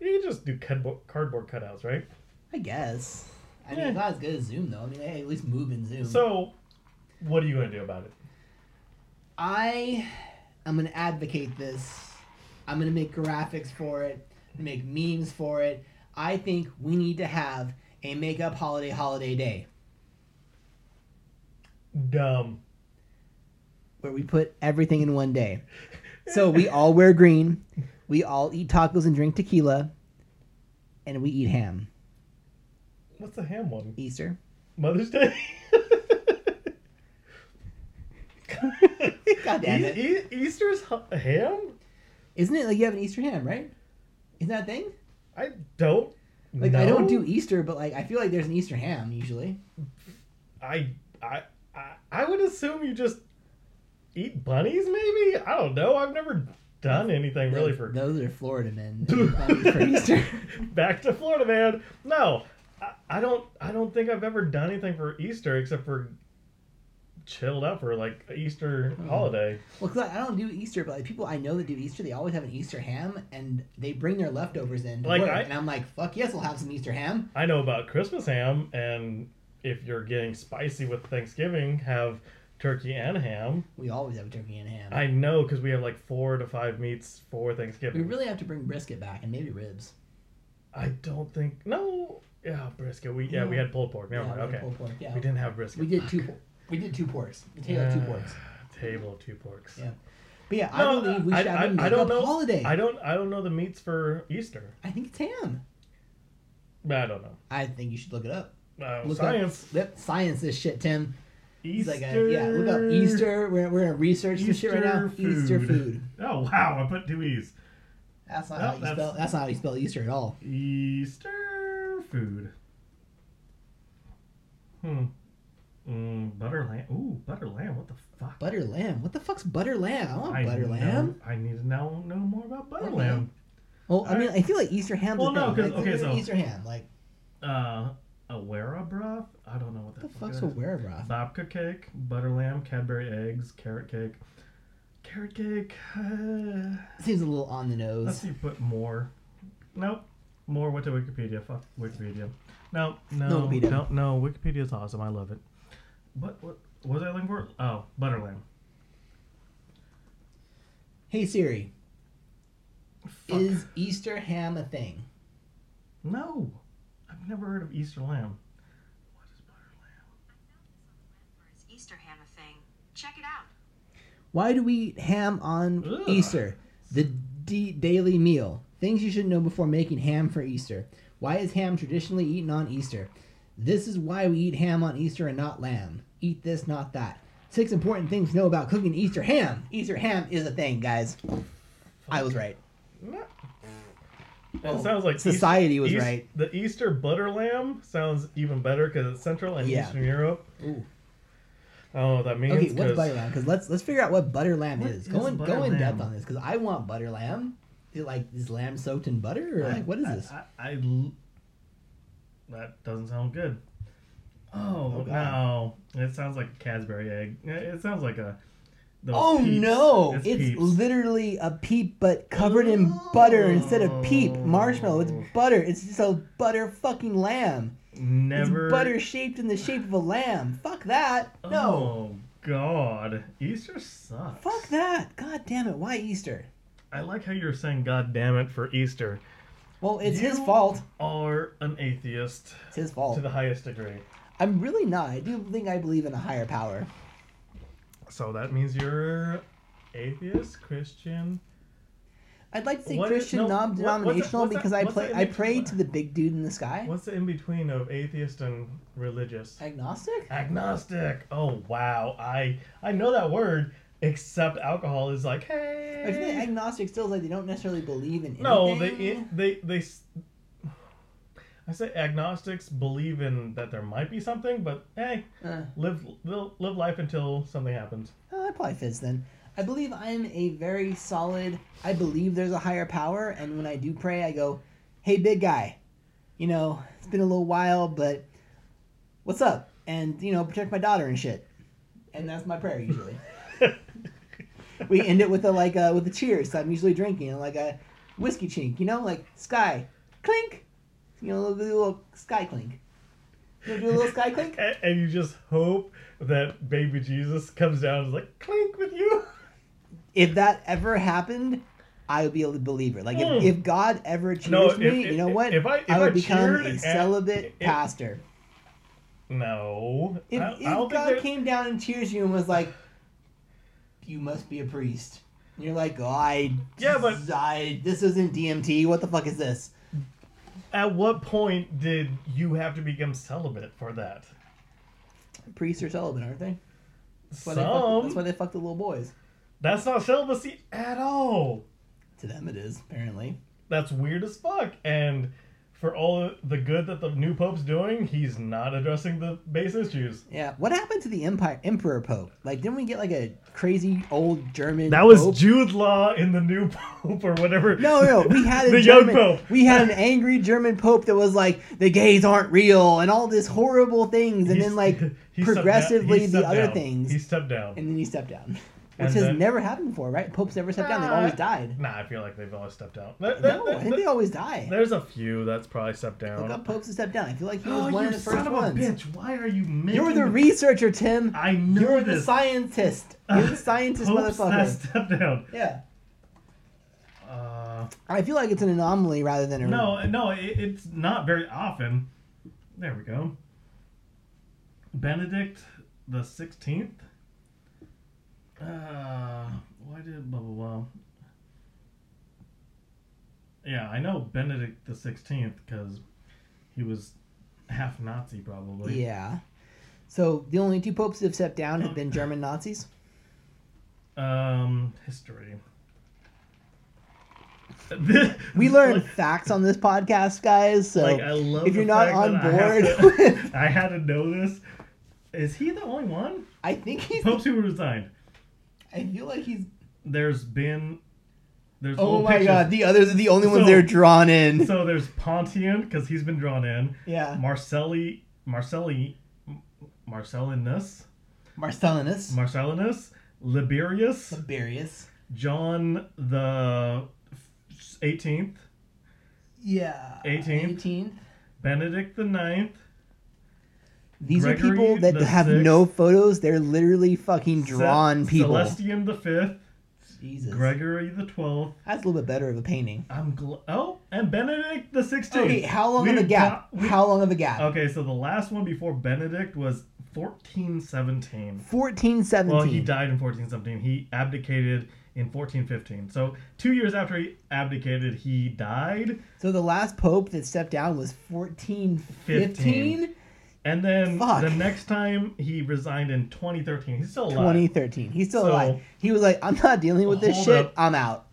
B: You can just do cardboard, cardboard cutouts, right?
A: I guess. I mean,
B: Yeah.
A: it's not as good as Zoom though. I mean, hey, at least move in Zoom.
B: So, what are you gonna do about it?
A: I am gonna advocate this. I'm gonna make graphics for it, make memes for it. I think we need to have a makeup holiday holiday day
B: Dumb.
A: where we put everything in one day. So we all wear green, we all eat tacos and drink tequila, and we eat ham.
B: What's the ham one?
A: Easter.
B: Mother's Day.
A: [LAUGHS] God damn it.
B: E- E- Easter's h- ham?
A: Isn't it like you have an Easter ham, right? Isn't that a thing?
B: I don't.
A: Like I
B: know.
A: don't do Easter, but like I feel like there's an Easter ham usually.
B: I I I I would assume you just eat bunnies. Maybe I don't know. I've never done anything really
A: Those-
B: for
A: those are Florida men for Easter.
B: [LAUGHS] back to Florida, man. No, I, I don't. I don't think I've ever done anything for Easter except for chilled out for like a Easter
A: Hmm.
B: holiday.
A: Well, 'cause I I don't do Easter, but like people I know that do Easter, they always have an Easter ham, and they bring their leftovers in. To
B: Like,
A: work,
B: I-
A: and I'm like, fuck yes, we'll have some Easter ham.
B: I know about Christmas ham, and if you're getting spicy with Thanksgiving, have turkey and ham.
A: We always have turkey and ham.
B: I know because we have like four to five meats for
A: we
B: Thanksgiving.
A: really have to bring brisket back and maybe ribs.
B: I don't think no. Yeah, brisket. We yeah, we
A: Yeah.
B: had pulled pork. Never
A: yeah, we
B: mind.
A: had
B: Okay,
A: pulled pork, yeah.
B: we didn't have brisket.
A: We did two. por- We did two porks. The table of two porks.
B: Ah, Table of two porks.
A: Yeah. But yeah,
B: No,
A: I believe we
B: I-
A: should have
B: I-
A: a
B: I
A: makeup
B: don't know.
A: holiday.
B: I don't. I don't know the meats for Easter.
A: I think it's ham.
B: I don't know.
A: I think you should look it up.
B: Uh,
A: Look
B: science.
A: Up, yep, science this shit, Tim. He's
B: Easter.
A: like, uh, yeah, look up Easter. We're, we're gonna research this shit right now. Easter food.
B: [LAUGHS] Oh wow! I put two e's.
A: That's not
B: No,
A: how you
B: that's-
A: spell. That's not how you spell Easter at all.
B: Easter food. Hmm. Mm, butter lamb. Ooh, butter lamb. What the fuck?
A: Butter lamb. What the fuck's butter lamb? I want
B: I
A: Oh, butter
B: know-
A: lamb.
B: I need to now know more about butter
A: Okay.
B: lamb.
A: Well, I mean,
B: I-
A: I feel like Easter ham's
B: Well,
A: a
B: no,
A: thing.
B: 'cause-
A: Like,
B: okay,
A: look at
B: so-
A: Easter ham. Like,
B: Uh, a werabroth? I don't know what the,
A: what the fuck's
B: it
A: a
B: is.
A: werewolf?
B: Babka cake, butter lamb, Cadbury eggs, carrot cake. Carrot cake. Uh,
A: Seems a little on the
B: let's
A: nose.
B: see, put more. Nope. More went to Wikipedia. Fuck Wikipedia. No, no,
A: No Wikipedia.
B: no, no. Wikipedia's awesome. I love it. What, what, what was I looking for? Oh, butter lamb.
A: Hey Siri,
B: Fuck.
A: is Easter ham a thing?
B: No. I've never heard of Easter lamb. What is butter lamb?
C: It's Easter ham a thing. Check it out.
A: Why do we eat ham on
B: Ugh.
A: Easter? The d- daily meal. Things you should know before making ham for Easter. Why is ham traditionally eaten on Easter? This is why we eat ham on Easter and not lamb. Eat this, not that. Six important things to know about cooking Easter ham. Easter ham is a thing, guys. I was right.
B: No.
A: Well,
B: it sounds like
A: Oh, society was
B: East-
A: right.
B: The Easter butter lamb sounds even better because it's Central and
A: Yeah.
B: Eastern Europe.
A: Ooh.
B: I don't know what that means.
A: Okay, what's
B: 'cause-
A: butter lamb? Because let's let's figure out what butter lamb
B: What
A: is.
B: is
A: Go in
B: butter
A: go in depth
B: lamb?
A: on this because I want butter lamb. Is it like is lamb soaked in butter or like what is
B: I-
A: this?
B: I, I l- that doesn't sound good. Oh,
A: Oh,
B: no! It sounds like a Cadbury egg. It- It sounds like a. those
A: Oh
B: Peeps.
A: no! It's,
B: Peeps.
A: literally a peep, but covered in butter instead of peep
B: Oh.
A: marshmallow. It's butter. It's just a butter fucking lamb.
B: never
A: It's butter shaped in the shape of a lamb. Fuck that! No.
B: Oh God, Easter sucks.
A: Fuck that! God damn it! Why Easter?
B: I like how you're saying "God damn it" for Easter.
A: Well, it's his
B: You
A: fault.
B: Are an atheist
A: It's his
B: to
A: fault.
B: the highest degree.
A: I'm really not. I do think I believe in a higher power.
B: So that means you're atheist, Christian.
A: I'd like to say
B: What is-
A: Christian
B: no, what- what's that-
A: non-denominational
B: what's that-
A: because I
B: what's
A: play.
B: that
A: I
B: in
A: pray
B: between?
A: to the big dude in the sky.
B: What's the in between of atheist and religious?
A: Agnostic?
B: Agnostic. Oh wow, I I know that word. Except alcohol is like hey.
A: I feel like agnostic still is like they don't necessarily believe in anything.
B: Eh. no, they it, they they. s- I say agnostics believe in that there might be something, but hey,
A: Uh.
B: live live live life until something happens. [LAUGHS]
A: Oh, that probably fits then. I believe I am a very solid. I believe there's a higher power, and when I do pray, I go, "Hey, big guy, you know, it's been a little while, but what's up?" And you know, protect my daughter and shit. And that's my prayer usually. we end it with a like uh, with a cheers. So I'm usually drinking and like a whiskey chink, you know, like sky clink, you know, a little, little sky clink. You wanna do a little sky
B: [LAUGHS]
A: clink.
B: and, and you just hope that baby Jesus comes down and is like clink with you.
A: if that ever happened, I would be a believer. Like if,
B: Mm.
A: if God ever cheers
B: No, if-
A: me,
B: if-
A: you know what?
B: if I- if
A: would
B: I
A: become
B: cheered eh,
A: a
B: and-
A: celibate
B: if-
A: pastor.
B: No,
A: If,
B: I, I
A: if
B: don't
A: God
B: think
A: came down and cheers you and was like, "You must be a priest," and you're like, oh, "I
B: Yeah, but-
A: I, this isn't DMT. What the fuck is this?"
B: that- At what point did you have to become celibate for that?
A: Priests are celibate, aren't they? That's why,
B: Some.
A: they fuck, that's why they fuck the little boys.
B: That's not celibacy at all.
A: To them, it is apparently.
B: That's weird as fuck. And for all the good that the new pope's doing, he's not addressing the base issues.
A: Yeah. What happened to the empire emperor pope? Like, didn't we get like a crazy old German?
B: That was
A: pope?
B: Jude Law in the new [LAUGHS] pope or whatever.
A: No, no,
B: [LAUGHS]
A: we had a
B: The young
A: German,
B: pope.
A: We
B: [LAUGHS]
A: had an angry German pope that was like, the gays aren't real and all these horrible things, and
B: He's-
A: then like
B: [LAUGHS] he stepped down- he
A: progressively the
B: stepped
A: other
B: down.
A: things,
B: He stepped down. [LAUGHS]
A: and then he stepped down. which
B: And
A: has
B: then-
A: never happened before, right? Popes never stepped down; they've
B: Ah.
A: always died.
B: [LAUGHS] Nah, I feel like they've always stepped out.
A: No, I think they always die.
B: There's a few that's probably stepped down.
A: Look up popes who stepped down. I feel like he was
B: Oh,
A: one
B: you
A: of the
B: son
A: first
B: of
A: ones.
B: a bitch! Why are you making?
A: You're the researcher, Tim.
B: I know
A: You're the
B: this. [LAUGHS]
A: scientist. You're the scientist,
B: Popes that
A: motherfucker.
B: stepped down.
A: Yeah.
B: Uh,
A: I feel like it's an anomaly rather than a
B: no, no, it, it's not very often. There we go. Benedict the Sixteenth. Uh, why did blah blah blah? Yeah, I know Benedict the Sixteenth because he was half Nazi, probably.
A: Yeah. So the only two popes who have stepped down have been German
B: [LAUGHS]
A: Nazis.
B: Um, history. This-
A: We learn
B: [LAUGHS]
A: facts on this podcast, guys. So
B: Like, I love
A: if
B: the
A: you're not
B: fact
A: on
B: that I
A: board,
B: have
A: [LAUGHS]
B: to-
A: with,
B: [LAUGHS] I had to know this. Is he the only one?
A: I think he's.
B: Popes who resigned.
A: I feel like he's.
B: There's been. There's
A: Oh
B: old
A: my
B: pictures.
A: god, the others are the only ones
B: So-
A: they're drawn in.
B: [LAUGHS] So there's Pontian because he's been drawn in.
A: yeah,
B: Marcelli, Marcelli, Marcellinus,
A: Marcellinus,
B: Marcellinus, Liberius,
A: Liberius.
B: John the 18th,
A: Yeah,
B: 18th.
A: Eighteen.
B: Benedict the 9th,
A: These
B: Gregory
A: are people that
B: the
A: have
B: Sixth.
A: no photos. They're literally fucking drawn
B: Cel-
A: people.
B: Celestian the 5th,
A: Jesus,
B: Gregory the 12th.
A: that's a little bit better of a painting.
B: I'm gl- oh, and Benedict the 16th.
A: Okay, how long of a
B: We've
A: gap?
B: got- we- Um,
A: how long of a gap?
B: Okay, so the last one before Benedict was 1417.
A: Fourteen seventeen.
B: Well, he died in 1417. He abdicated in 1415. So, two years after he abdicated, he died.
A: So the last pope that stepped down was 1415,
B: Fifteen. And then
A: Fuck.
B: the next time he resigned in 2013. He's still alive.
A: 2013. He's still
B: So-
A: alive. He was like, I'm not dealing with this
B: Hold
A: shit.
B: up.
A: I'm out.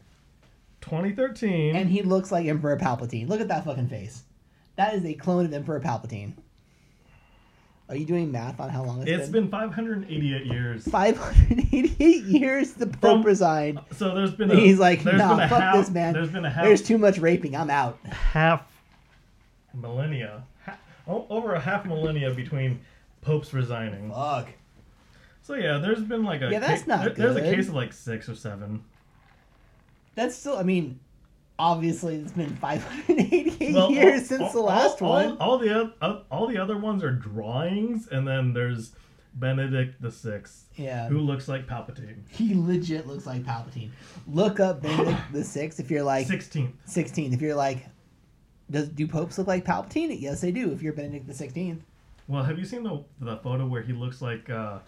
B: 2013.
A: And he looks like Emperor Palpatine. Look at that fucking face. That is a clone of Emperor Palpatine. Are you doing math on how long it's,
B: it's been 588 years.
A: 588 [LAUGHS] years the pope
B: From-
A: resigned.
B: So there's been a,
A: And he's like,
B: there's
A: nah,
B: been a
A: fuck
B: half,
A: this, man.
B: There's been a half
A: There's too much raping. I'm out.
B: half millennia, ha- o- over a half millennia between popes resigning.
A: Fuck.
B: So yeah, there's been like a
A: Yeah, that's
B: ca-
A: not
B: there- There's a
A: good.
B: case of like six
A: [LAUGHS]
B: or seven.
A: That's still, I mean, obviously it's been 588
B: Well,
A: years
B: all-
A: since
B: all-
A: the last
B: all-
A: one.
B: All, all the oth- oth- all the other ones are drawings, and then there's Benedict the Sixth,
A: yeah.
B: who looks like Palpatine.
A: He legit looks like Palpatine. Look up
B: [SIGHS]
A: Benedict the Sixth if you're like
B: Sixteenth.
A: sixteen. If you're like, does do popes look like Palpatine? Yes, they do. If you're Benedict the Sixteenth,
B: Well, have you seen the the photo where he looks like uh,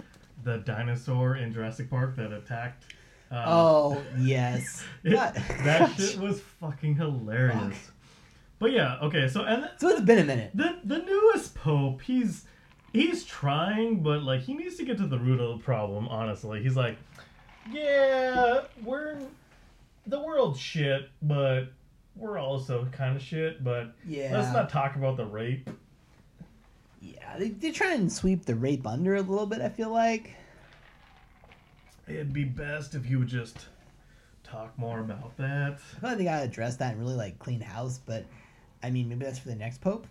B: the dinosaur in Jurassic Park that attacked? Uh,
A: oh yes,
B: [LAUGHS]
A: [LAUGHS]
B: It-
A: Not-
B: that shit was fucking hilarious. But yeah, okay. So and
A: so it's been a minute.
B: the the newest pope, he's he's trying, but like he needs to get to the root of the problem. Honestly, he's like, yeah, we're the world's shit, but we're also kind of shit. But
A: Yeah,
B: let's not talk about the rape.
A: yeah. They, they're trying to sweep the rape under a little bit. I feel like.
B: It'd be best if you would just talk more about that.
A: I feel like they gotta address that and really like clean house. But I mean, maybe that's for the next pope.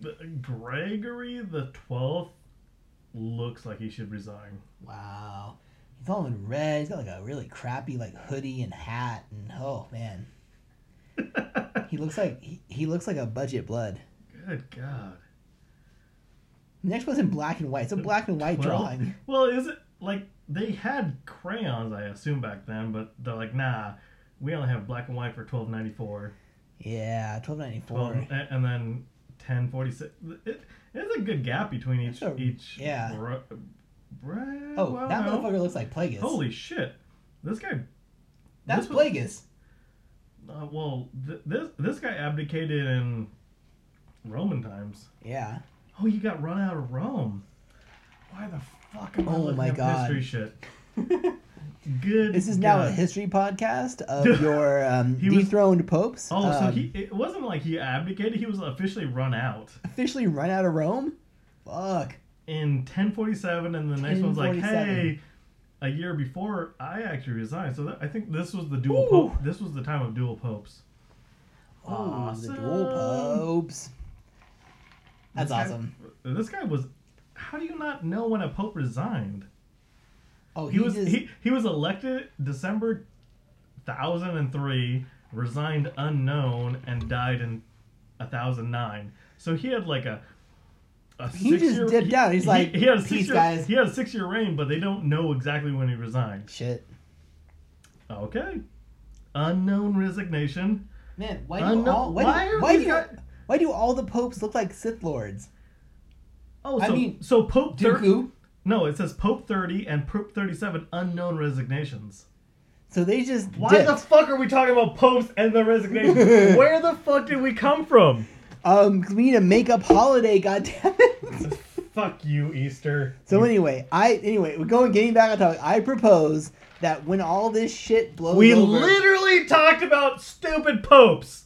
B: The- Gregory the Twelfth looks like he should resign.
A: Wow. He's all in red. He's got like a really crappy like hoodie and hat and oh man. he looks like he, he looks like a budget blood.
B: Good God.
A: The next one's in black and white. It's a black and white
B: Well,
A: drawing.
B: Well, is it like they had crayons, I assume, back then, but they're like, nah, we only have black and white for twelve ninety four,
A: Yeah, twelve ninety
B: twelve,
A: four.
B: a- and then ten forty six. It, it's a good gap between each
A: That's a-
B: each.
A: yeah.
B: bro- bro-
A: Oh,
B: well,
A: that
B: no.
A: motherfucker looks like Plagueis.
B: Holy shit! This guy.
A: That's
B: this was-
A: Plagueis.
B: Uh, well, th- this this guy abdicated in Roman times.
A: Yeah.
B: Oh, you got run out of Rome. Why the fuck am I
A: Oh
B: looking
A: my
B: up
A: God.
B: history shit?
A: [LAUGHS]
B: Good.
A: This is now a
B: God.
A: history podcast
B: [LAUGHS]
A: of your um,
B: He was-
A: dethroned popes.
B: Oh, so
A: um,
B: he it wasn't like he abdicated, he was officially run out.
A: officially run out of Rome? Fuck.
B: In 1047 and the next one's like,
A: 1047.
B: "Hey, a year before I actually resigned." So that, I think this was the dual
A: Ooh.
B: pope. This was the time of dual popes.
A: Oh, the dual
B: Awesome.
A: popes. That's
B: This guy-
A: awesome.
B: This guy was How do you not know when a pope resigned?
A: Oh,
B: He was
A: just-
B: he, he was elected December 1003, resigned unknown, and died in 1009. So he had like a. a
A: He just
B: six-year-
A: dipped out. He's like,
B: he, had a
A: "Peace,
B: six-year-
A: guys."
B: He had a six-year reign, but they don't know exactly when he resigned.
A: shit.
B: Okay, unknown resignation.
A: Man, why do
B: Unknown.
A: all why,
B: Why
A: do,
B: are
A: why,
B: these
A: do,
B: guy-
A: why do all the popes look like Sith lords?
B: Oh, so
A: I mean,
B: so Pope thir-
A: Dooku.
B: No, it says Pope 30 and Pope 37 unknown resignations.
A: So they just
B: Why
A: dipped.
B: the fuck are we talking about popes and
A: [LAUGHS]
B: the resignation? Where the fuck did we come from?
A: um 'cause we need a makeup holiday. [LAUGHS] Goddamn it.
B: Fuck you, Easter. [LAUGHS]
A: So anyway, I anyway we're going getting back on topic. I propose that when all this shit blows
B: we
A: over,
B: literally talked about
A: [LAUGHS]
B: stupid popes.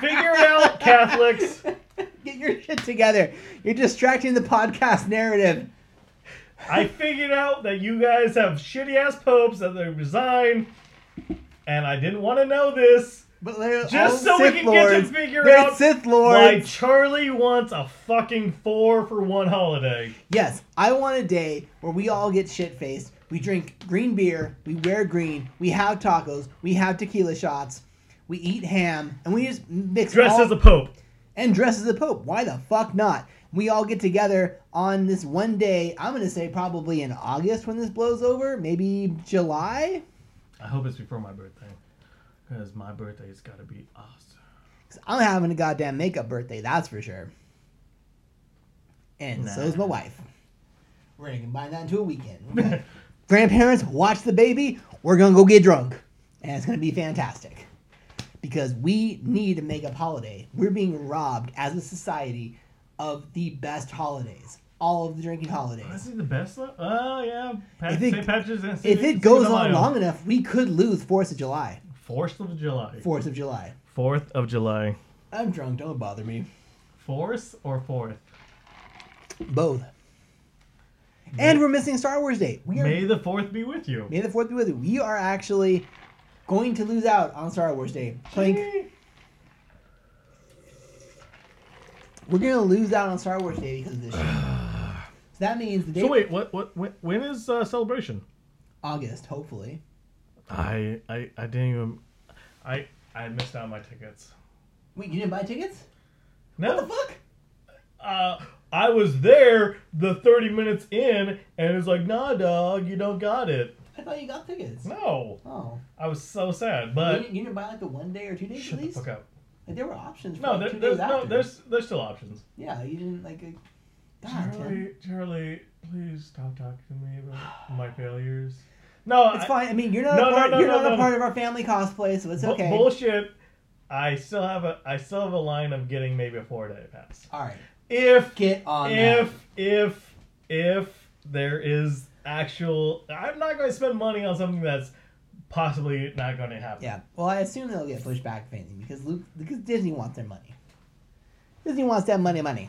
B: Figure it out, Catholics.
A: get your shit together. You're distracting the podcast narrative.
B: I figured out that you guys have shitty ass popes that they resign, and I didn't want to know this.
A: But literally,
B: Just
A: all
B: so we
A: Sith
B: can get to
A: lords-
B: figure
A: they're
B: out
A: Sith
B: Why
A: lords.
B: Charlie wants a fucking four for one holiday.
A: Yes, I want a day where we all get shit faced. We drink green beer, we wear green, we have tacos, we have tequila shots, we eat ham, and we just mix
B: Dress
A: all,
B: as a pope.
A: and dress as the Pope. Why the fuck not? We all get together on this one day. I'm gonna say probably in August when this blows over, maybe July.
B: I hope it's before my birthday. Because my birthday's gotta be awesome.
A: 'Cause I'm having a goddamn makeup birthday, that's for sure. And
B: Nah.
A: so is my wife. We're gonna combine that into a weekend. [LAUGHS] Grandparents, watch the baby. We're gonna go get drunk, and it's gonna be fantastic. Because we need a makeup holiday. We're being robbed as a society of the best holidays, all of the drinking holidays.
B: Is it the best though? Oh yeah. Pat-
A: If it-
B: St. Patrick's and
A: If it goes on long enough, we could lose Fourth of July.
B: Fourth of July.
A: Fourth of July.
B: Fourth of July.
A: I'm drunk. Don't bother me.
B: Fourth or fourth?
A: Both. And we're missing Star Wars Day. We are,
B: May
A: May,
B: the fourth be with you.
A: the Fourth be with you. We are actually going to lose out on Star Wars Day. Plank. We're gonna lose out on Star Wars Day because of this. shit. so that means the day
B: So wait, what what when, when is uh, celebration?
A: August, hopefully.
B: I, I I didn't even I I missed out on my tickets.
A: Wait, you didn't buy tickets?
B: No.
A: What the fuck?
B: uh, I was there the 30 minutes in, and it's like, nah, dog, you don't got it.
A: I thought you got tickets.
B: No.
A: Oh.
B: I was so sad,
A: You
B: but
A: didn't, you didn't buy like the one day or two days
B: Uh, shut
A: at
B: the
A: least?
B: fuck up.
A: Like there were options for
B: No,
A: like,
B: there,
A: two
B: there's
A: days
B: no,
A: after.
B: there's there's still options.
A: Yeah, you didn't like. uh, God, Tim.
B: Charlie, Charlie, please stop talking to me
A: [SIGHS]
B: about my failures. No,
A: It's
B: I-
A: fine. I mean, you're not
B: No,
A: a
B: no,
A: part,
B: no,
A: you're
B: no,
A: not a
B: no.
A: part of our family cosplay, so it's
B: bu-
A: okay.
B: bullshit. I still have a I still have a line of getting maybe a four day pass.
A: All right,
B: If
A: get on.
B: if
A: that.
B: if if there is actual i'm not going to spend money on something that's possibly not going to happen
A: yeah. Well, I assume they'll get pushed back, fancy, because Luke, because Disney wants their money. Disney wants that money, money.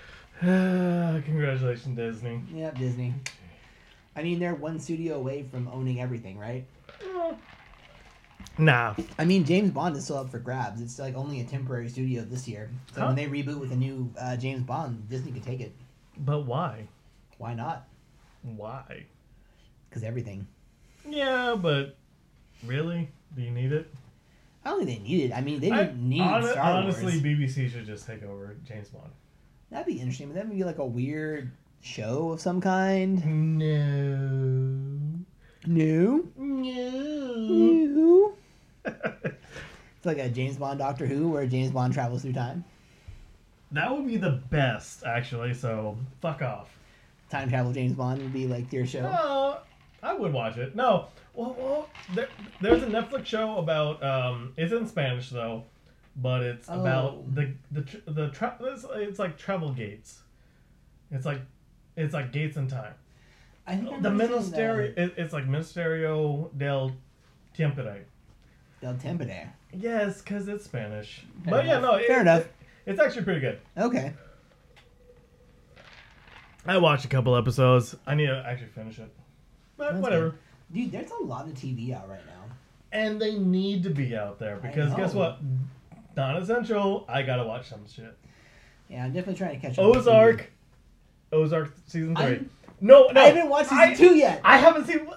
B: [SIGHS] congratulations disney
A: Yep, Disney. I mean, they're one studio away from owning everything, right?
B: Mm. nah
A: I mean, James Bond is still up for grabs. It's like only a temporary studio this year. So when
B: Huh?
A: they reboot with a new uh, James Bond, Disney could take it.
B: but why
A: Why not?
B: why
A: Because everything.
B: yeah but really do you need it
A: I don't think they need it. I mean, they
B: I-
A: didn't need
B: hon-
A: Star
B: honestly
A: Wars.
B: bbc should just take over james bond
A: That'd be interesting, but that would be like a weird show of some kind.
B: no
A: New?
B: no [LAUGHS]
A: New? It's like a James Bond Doctor Who where James Bond travels through time.
B: that would be the best actually so fuck off
A: Time travel James Bond would be like your show.
B: Uh, I would watch it. No, well, well there, there's a Netflix show about. Um, it's in Spanish though, but it's
A: Oh.
B: about the the tr- the tra- it's, it's like travel gates. It's like it's like gates in time.
A: I think I
B: The
A: remember seeing
B: ministerio. It, it's like Ministerio del Tiempo.
A: that. Del Tempo there.
B: Yes, because it's Spanish.
A: Fair
B: but yeah,
A: enough.
B: no, it,
A: Fair enough.
B: it- it's actually pretty good.
A: Okay.
B: I watched a couple episodes. I need to actually finish it. But
A: That's
B: whatever.
A: good. Dude, there's a lot of TV out right now.
B: and they need to be out there because guess
A: know.
B: what? Non-essential. I gotta watch some shit.
A: Yeah, I'm definitely trying to catch up. on TV.
B: Ozark. Ozark season 3
A: I'm-
B: No, no.
A: I haven't watched season
B: I-
A: two yet.
B: I haven't seen.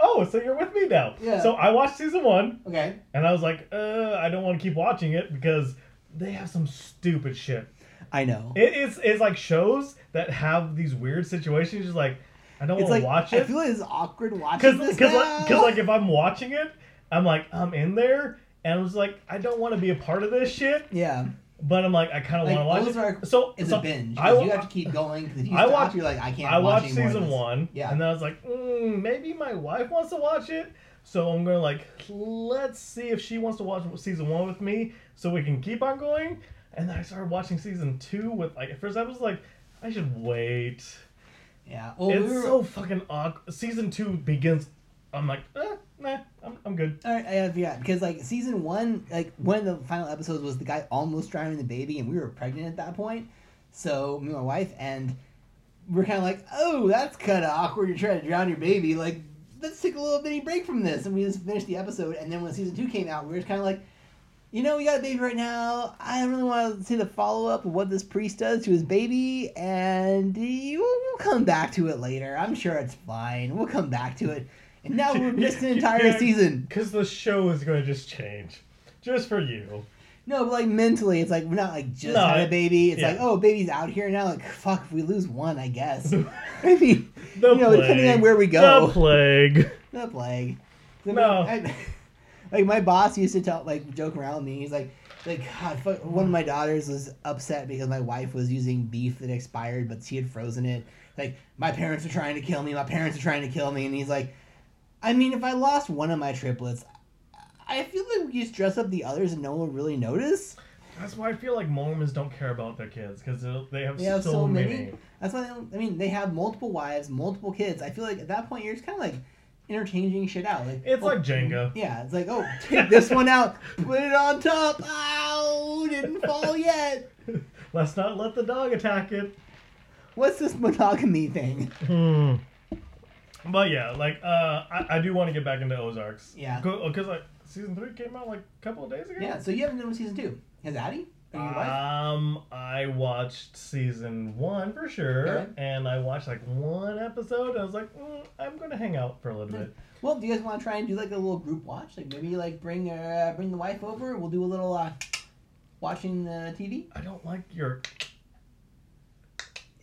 B: Oh, so you're with me now.
A: Yeah.
B: So I watched season one,
A: okay.
B: and I was like, uh, I don't want to keep watching it because they have some stupid shit.
A: I know.
B: It is it's like shows that have these weird situations. Just like I don't
A: it's
B: want to
A: like
B: watch
A: I
B: it
A: feel like it's awkward
B: because
A: watching this
B: because
A: now.
B: like, 'cause, like if I'm watching it, I'm like I'm in there, and I was like I don't want to be a part of this shit,
A: yeah,
B: but I'm like I kind of
A: Like,
B: want to watch
A: Ozark
B: it. So
A: it's
B: so
A: a binge. 'cause
B: I, wa-
A: you have to keep going because you
B: I
A: stop,
B: watched-
A: you're like, I can't.
B: I
A: watch
B: watched
A: any more of
B: season
A: this.
B: one,
A: Yeah.
B: and then I was like, mm, maybe my wife wants to watch it, so I'm gonna like let's see if she wants to watch season one with me, so we can keep on going. And then I started watching season two with like at first I was like I should wait.
A: Yeah. Well,
B: it's
A: we were,
B: so fucking awkward. Season two begins. I'm like, eh, nah, I'm, I'm good.
A: All right, I forgot because like season one, like one of the final episodes was the guy almost drowning the baby, and we were pregnant at that point. So me and my wife, and we're kind of like, oh, that's kind of awkward. You're trying to drown your baby. Like, let's take a little bitty break from this, and we just finished the episode. And then when season two came out, we were kind of like, you know, we got a baby right now. I really want to see the follow up of what this priest does to his baby, and you- we'll come back to it later. I'm sure it's fine. We'll come back to it. And now we're missed an entire
B: Yeah.
A: season.
B: Because the show is going to just change. Just for you.
A: No, but like mentally, it's like we're not like just
B: No,
A: had a
B: it-
A: baby. It's
B: yeah.
A: like oh, baby's out here now. Like fuck, if we lose one, I guess. [LAUGHS] I
B: [LAUGHS]
A: mean,
B: The
A: you know, depending on where we go, [LAUGHS]
B: The plague.
A: the plague. I mean,
B: No.
A: I- [LAUGHS] like my boss used to tell, like joke around with me. He's like, like God, fuck. one of my daughters was upset because my wife was using beef that expired, but she had frozen it. Like my parents are trying to kill me. My parents are trying to kill me, and he's like, I mean, if I lost one of my triplets. I feel like we could just dress up the others and no one would really notice.
B: That's why I feel like Mormons don't care about their kids because they have,
A: They have
B: so,
A: so
B: many.
A: many. That's why they don't, I mean they have multiple wives, multiple kids. I feel like at that point you're just kind of like interchanging shit out. Like
B: It's
A: oh,
B: like Jenga.
A: yeah, it's like oh take this one out, put it on top. Ow, didn't fall yet.
B: Let's not let the dog attack it.
A: What's this monogamy thing?
B: Hmm. But yeah, like uh, I, I do want to get back into Ozarks.
A: Yeah.
B: Because like season three came out like a couple of days ago.
A: Yeah, so you haven't done season two. Has Addie? Or your wife?
B: Um, I watched season one for sure,
A: Okay.
B: and I watched like one episode. And I was like, mm, I'm gonna hang out for a little bit.
A: Well, do you guys want to try and do like a little group watch? Like maybe like bring uh, bring the wife over. We'll do a little uh, watching the TV.
B: I don't like your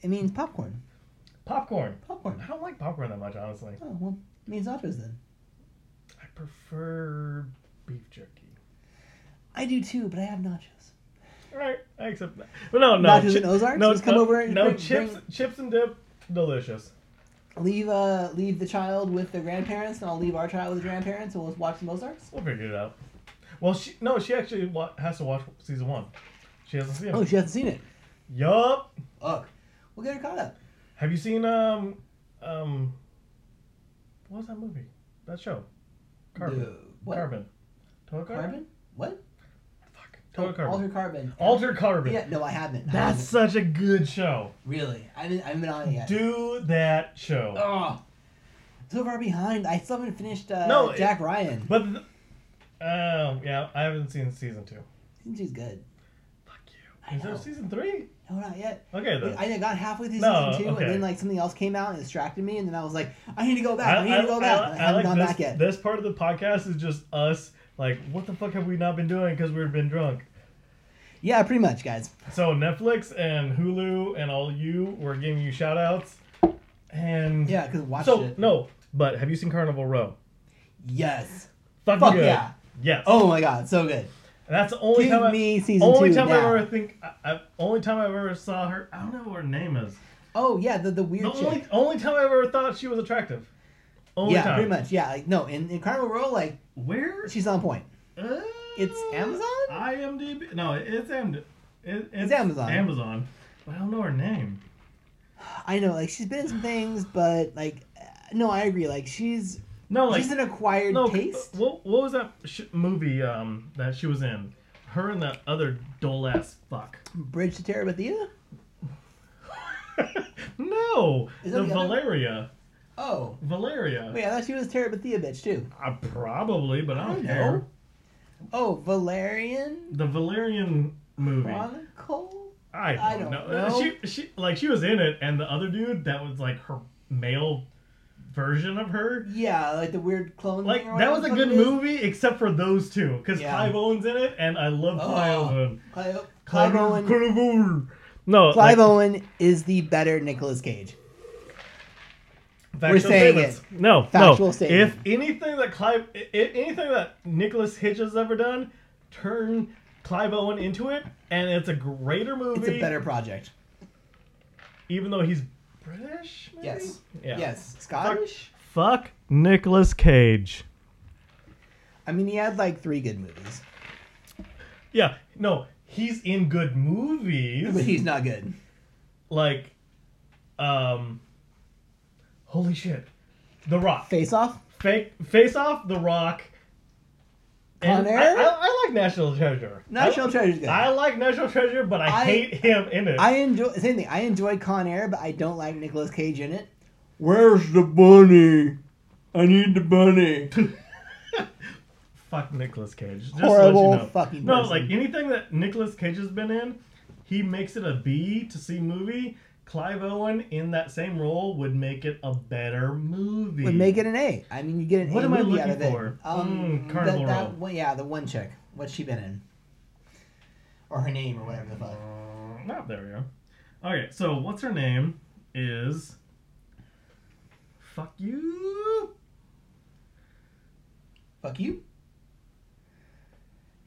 A: It means popcorn.
B: popcorn.
A: Popcorn.
B: I don't like popcorn that much, honestly.
A: Oh well, it means nachos then.
B: I prefer beef jerky.
A: I do too, but I have nachos.
B: All right, I accept that. But no, no,
A: Nachos
B: chi-
A: and Ozarks?
B: No,
A: Just come
B: no-
A: over and
B: no
A: bring-
B: chips,
A: bring-
B: chips and dip, delicious.
A: leave uh leave the child with the grandparents and I'll leave our child with the grandparents and we'll watch the Mozarts.
B: We'll figure it out. Well, she no, she actually wa- has to watch season one. She hasn't seen it.
A: Oh, she hasn't seen it.
B: yup.
A: Ugh. We'll get her caught up.
B: Have you seen um um what was that movie? That show? Carbon.
A: The- what?
B: Carbon. Total
A: Carbon?
B: carbon?
A: What?
B: Fuck. Total
A: Oh,
B: carbon.
A: Alter carbon.
B: Alter carbon.
A: Yeah, no, I haven't. I
B: That's
A: haven't.
B: such a good show.
A: really. I haven't, I haven't been on it yet.
B: Do that show.
A: Ugh. So far behind. I still haven't finished uh,
B: No, it-
A: Jack Ryan.
B: But th- um yeah, I haven't seen season two.
A: Season two's good.
B: Fuck you.
A: I
B: Is there
A: know.
B: season three?
A: No, not yet.
B: Okay then.
A: I got halfway through
B: No,
A: season two,
B: okay.
A: and then like something else came out and distracted me, and then I was like, I need to go back. I,
B: I-
A: need to go
B: I-
A: back.
B: I-
A: and I
B: I
A: haven't
B: like
A: gone
B: this,
A: back yet.
B: This part of the podcast is just us. Like, what the fuck have we not been doing because we've been drunk?
A: Yeah, pretty much, guys.
B: So Netflix and Hulu and all you were giving you shout outs. And
A: Yeah, because watch
B: so
A: it.
B: no, but have you seen Carnival Row?
A: Yes.
B: Fucking
A: Fuck
B: good.
A: yeah.
B: Yes.
A: Oh my god, so good.
B: that's the only
A: Give
B: time
A: me
B: I,
A: season
B: only
A: two
B: time
A: now.
B: I ever think I, I only time I ever saw her. I don't know what her name is.
A: Oh yeah, the, the weird
B: The
A: chick.
B: only only time I ever thought she was attractive. Only
A: yeah,
B: time.
A: pretty much. Yeah, like no, in, in Carnival Row, like
B: Where?
A: she's on point.
B: Uh,
A: It's Amazon?
B: IMDb? No, it's Amd. It, it's
A: Amazon.
B: Amazon. But I don't know her name.
A: I know, like she's been in some things, but like, uh, no, I agree. Like she's
B: No, like
A: she's an acquired
B: no.
A: taste.
B: What, what was that sh- movie um that she was in? Her and that other dull ass fuck. [LAUGHS]
A: Bridge to Terabithia.
B: no,
A: Is that
B: the
A: the other-
B: Valeria.
A: Oh,
B: Valeria.
A: wait, I thought she was Terabithia bitch too.
B: I probably, but I don't,
A: I don't
B: care.
A: know. Oh, Valerian
B: The Valerian movie.
A: Chronicle.
B: I don't, Uh,
A: I don't know.
B: She she like she was in it, and the other dude that was like her male version of her.
A: Yeah, like the weird clone.
B: Like
A: thing or
B: that
A: whatever
B: was a
A: the fuck
B: good
A: it is.
B: movie, except for those two, because
A: Yeah.
B: Clive Owen's in it, and I love Clive
A: Oh.
B: Owen.
A: Clive, Clive Owen.
B: Clive Owen. No,
A: Clive
B: like,
A: Owen is the better Nicolas Cage.
B: Factual
A: saying
B: statements. No,
A: Factual
B: no.
A: statement.
B: If anything that Clive, i- i anything that Nicholas Hitch has ever done, turn Clive Owen into it, and it's a greater movie.
A: It's a better project.
B: even though he's British. Maybe?
A: Yes.
B: Yeah.
A: Yes. Scottish.
B: Fuck Nicholas Cage.
A: I mean, he had like three good movies,
B: Yeah. No, he's in good
A: but
B: movies.
A: he's not good.
B: like, um, holy shit, The Rock.
A: Face Off.
B: Fake Face Off, The Rock. And
A: Con Air?
B: I, I, I like National Treasure.
A: National
B: I,
A: Treasure's good.
B: I like National Treasure, but I,
A: I-
B: hate him in it.
A: I enjoy same thing. I enjoy Con Air, but I don't like Nicolas Cage in it. Where's the bunny? I need the [LAUGHS] bunny.
B: Fuck Nicolas Cage. Just
A: Horrible
B: let you know.
A: fucking
B: No,
A: person.
B: like anything that Nicolas Cage has been in, he makes it a B to C movie. Clive Owen in that same role would make it a better movie.
A: Would make it an A. I mean, you get an
B: What
A: A
B: am I
A: movie out
B: looking
A: of it.
B: for?
A: Um,
B: Mm, Carnival
A: that, that
B: Row.
A: one- yeah, the one chick. What's she been in? Or her name, or whatever the fuck.
B: Not Ah, there we go. Okay, so what's her name is Fuck you.
A: Fuck you.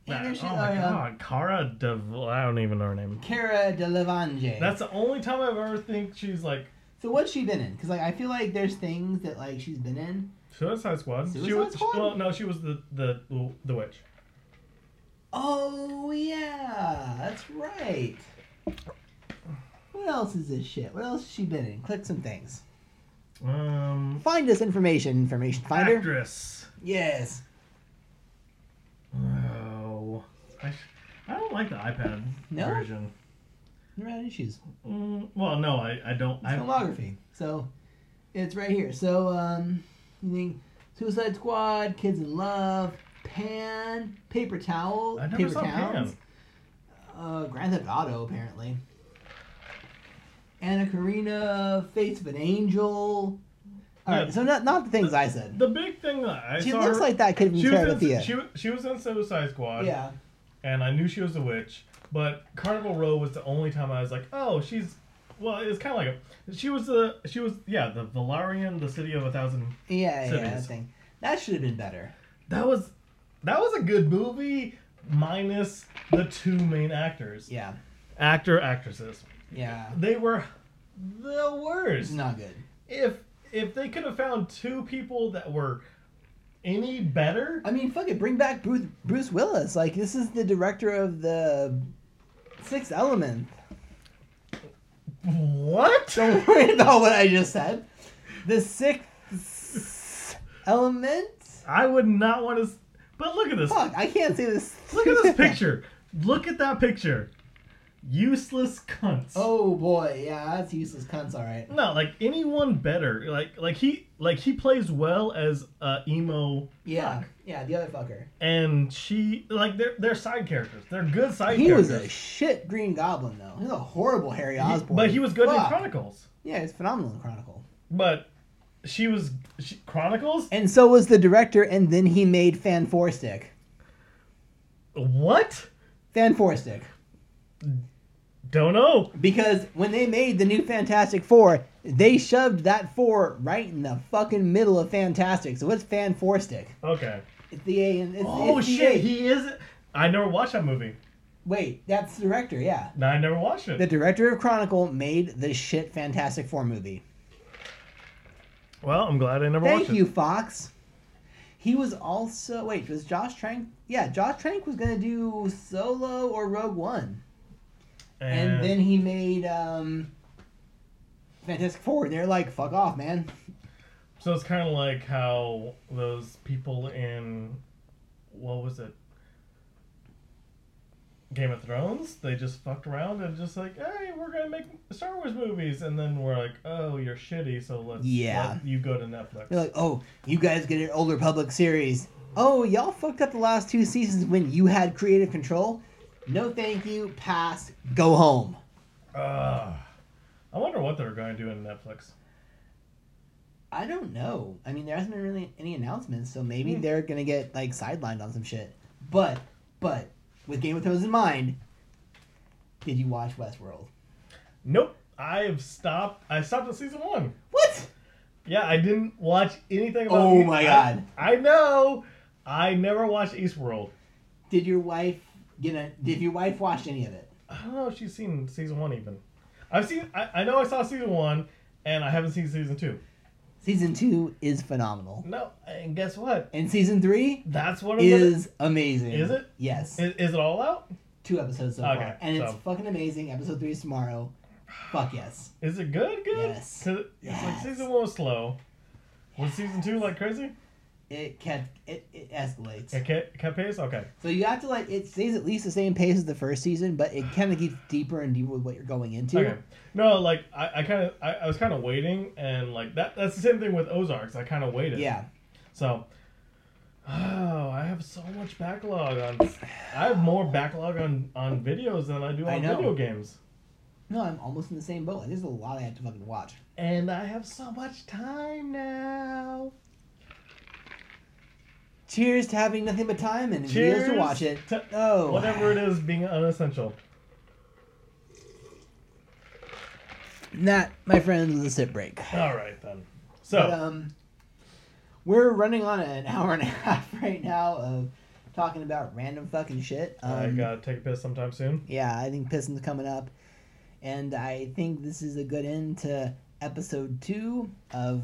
B: Nah,
A: And
B: oh
A: there's-
B: my
A: oh, yeah.
B: god, Cara Dev I don't even know her name.
A: Cara Delevingne.
B: That's the only time I've ever think she's like
A: so what's she been in? Because like I feel like there's things that like she's been in.
B: Suicide Squad. she
A: Suicide
B: was,
A: Squad?
B: Well, no, she was the the the witch.
A: Oh yeah, that's right. What else is this shit? What else has she been in? Click some things.
B: Um,
A: Find us information. Information finder.
B: actress.
A: Yes.
B: Oh, I, sh- I don't like the iPad
A: No?
B: version.
A: You're out of issues.
B: Mm, well, no, I, I don't.
A: It's
B: I,
A: filmography. So it's right here. So um, you think Suicide Squad, Kids in Love, Pan, Paper Towel,
B: I never
A: Paper
B: saw
A: Towns,
B: Pan.
A: Uh, Grand Theft Auto apparently. Anna Karina, Fates of an Angel. All right,
B: Yeah.
A: so not not the things I said.
B: The big thing that I
A: she
B: saw
A: looks
B: her-
A: like that kid from
B: she was, in,
A: Terabithia.
B: she, wa- she was in Suicide Squad.
A: yeah,
B: And I knew she was a witch, but Carnival Row was the only time I was like, oh, she's. Well, it's kind of like a. She was the. She was yeah the Valarian, the city of a thousand.
A: yeah, yeah, that
B: Cities.
A: thing. That should have been better.
B: That was, that was a good movie, minus the two main actors,
A: Yeah,
B: actor actresses.
A: yeah.
B: They were the
A: It's
B: worst.
A: not good.
B: If if they could have found two people that were any better,
A: I mean, fuck it, bring back Bruce, Bruce Willis. Like, this is the director of the Sixth Element. [LAUGHS]
B: what?
A: Don't worry about what I just said. The Sixth Element.
B: I would not want to. s- But look at this.
A: Fuck, I can't say this.
B: Look
A: [LAUGHS]
B: at this picture. Look at that picture. Useless cunts.
A: oh boy, yeah, that's useless cunts. All right.
B: No, like anyone better. Like like he like he plays well as uh, emo
A: Yeah,
B: fuck.
A: yeah, the other fucker.
B: and she like they're they're side characters. They're good side
A: He was a
B: characters.
A: shit Green Goblin though. He was a horrible Harry
B: He-
A: Osborn.
B: but he was good in
A: Fuck.
B: Chronicles.
A: Yeah, he's phenomenal in Chronicle.
B: But she was she, Chronicles.
A: And so was the director, and then he made Fan Four Stick.
B: What?
A: Fan Four Stick.
B: Don't know.
A: Because when they made the new Fantastic Four, they shoved that four right in the fucking middle of Fantastic. So what's Fan Four Stick?
B: Okay.
A: It's the A and it's,
B: Oh
A: it's the
B: shit,
A: A.
B: he is. I never watched that movie.
A: Wait, that's the director, yeah.
B: No, I never watched
A: The
B: it.
A: director of Chronicle made the shit Fantastic Four movie.
B: Well, I'm glad I never
A: Thank
B: watched
A: you,
B: it.
A: Fox. He was also wait, was Josh Trank? Yeah, Josh Trank was gonna do Solo or Rogue One, and,
B: And,
A: then he made um, Fantastic Four. And they're like, "Fuck off, man."
B: so it's kind of like how those people in what was it? Game of Thrones, they just fucked around and just like, hey, we're gonna make Star Wars movies, and then we're like, oh, you're shitty, so let's
A: Yeah.
B: let you go to Netflix.
A: They're like, "Oh, you guys get an older public series. Oh, y'all fucked up the last two seasons when you had creative control. No, thank you. Pass. Go home."
B: Ugh. I wonder what they're going to do in Netflix.
A: I don't know. I mean, there hasn't been really any announcements, so maybe
B: Hmm.
A: they're gonna get like sidelined on some shit. But, but with Game of Thrones in mind, did you watch Westworld?
B: Nope. I've stopped. I stopped at season one.
A: What?
B: Yeah, I didn't watch anything. About
A: Oh
B: E-
A: my
B: I-
A: God.
B: I, know. I never watched Eastworld.
A: Did your wife get a? Did your wife watch any of it?
B: I don't know if she's seen season one even. I've seen. I, I know I saw season one, and I haven't seen season two.
A: Season two is phenomenal,
B: No, and guess what?
A: and season three
B: That's what I'm gonna-
A: is amazing.
B: Is it?
A: Yes.
B: Is, is it all out?
A: Two episodes so
B: Okay,
A: far, and it's
B: so-
A: fucking amazing. Episode three is tomorrow. Fuck yes.
B: Is it good? Good.
A: Yes.
B: 'Cause it's
A: Yes.
B: like season one was slow. Was season two like crazy?
A: It kept it, it escalates.
B: It ca- kept pace. Okay.
A: So you have to like it stays at least the same pace as the first season, but it kind of gets deeper and deeper with what you're going into.
B: Okay. No, like I, I kind of I, I was kind of waiting, and like that that's the same thing with Ozarks. I kind of waited.
A: Yeah.
B: So. Oh, I have so much backlog on. I have more backlog on on videos than I do
A: I
B: on
A: know.
B: video games,
A: No, I'm almost in the same boat. Like, There's a lot I have to fucking watch.
B: and I have so much time now.
A: Cheers to having nothing but time and cheers to
B: Cheers
A: watch it.
B: to-
A: oh,
B: Whatever it is, being unessential.
A: That, my friends, was a sip break.
B: All right then. So.
A: But, um, we're running on an [LAUGHS] hour and a half right now of talking about random fucking shit. Um,
B: I gotta take a piss sometime soon. [LAUGHS]
A: Yeah, I think Pistons coming up. And I think this is a good end to episode two of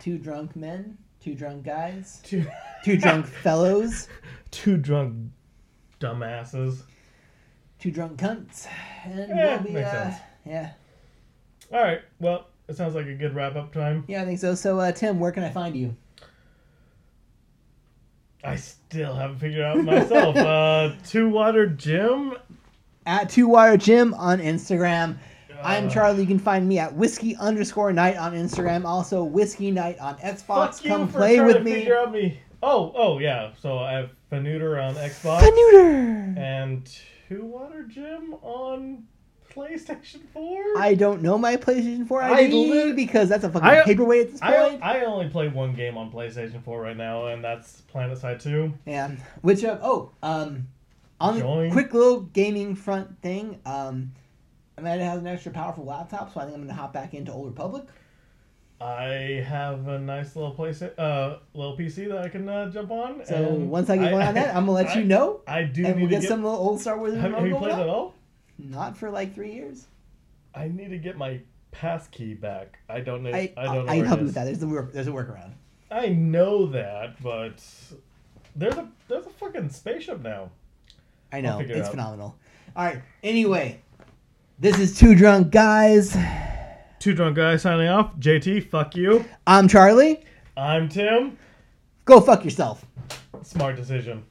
A: Two Drunk Men, Two Drunk Guys,
B: Two,
A: Two
B: [LAUGHS]
A: Drunk Fellows,
B: two drunk dumbasses.
A: Two Drunk Cunts. And
B: Yeah,
A: we'll be,
B: makes
A: uh,
B: sense.
A: yeah,
B: All right. Well, it sounds like a good wrap up time.
A: yeah, I think so. So, uh, Tim, where can I find you?
B: I still haven't figured
A: [LAUGHS]
B: out myself. uh, two water gym.
A: At Two Wire Jim on Instagram. I'm
B: Uh,
A: Charlie. You can find me at whiskey underscore night on Instagram. Also, whiskey night on Xbox.
B: Fuck you
A: Come
B: for
A: play
B: trying
A: with
B: to
A: me.
B: Figure out me. Oh, oh yeah. So I have Fanuter on Xbox
A: Fanuter.
B: and Two Water Gym on PlayStation Four.
A: I don't know my PlayStation 4
B: I
A: ID
B: lit-
A: because that's a fucking
B: I-
A: paperweight at this
B: I,
A: point.
B: I only play one game on PlayStation 4 right now, and that's Planet Side 2.
A: yeah. Which uh, oh um, on
B: Join.
A: the quick little gaming front thing um, Amanda has an extra powerful laptop, so I think I'm gonna hop back into Old Republic.
B: I have a nice little place, uh, little PC that I can uh, jump on.
A: So
B: and
A: once I get going on that, I'm gonna let you know,
B: [LAUGHS] I do
A: and
B: need
A: we'll
B: to
A: get, some little old Star Wars.
B: Have, have you
A: going
B: played
A: up.
B: at all?
A: Not for like three years.
B: I need to get my pass key back. I don't know.
A: I
B: I, don't
A: I can
B: know. where
A: help
B: it
A: you
B: is.
A: with that. There's a work, there's a workaround.
B: I know that, but there's a there's a fucking spaceship now.
A: I know
B: figure it
A: it's
B: out.
A: phenomenal. All right. Anyway, this is two drunk guys.
B: Two drunk guys signing off. JT, fuck you.
A: I'm Charlie.
B: I'm Tim.
A: Go fuck yourself.
B: Smart decision.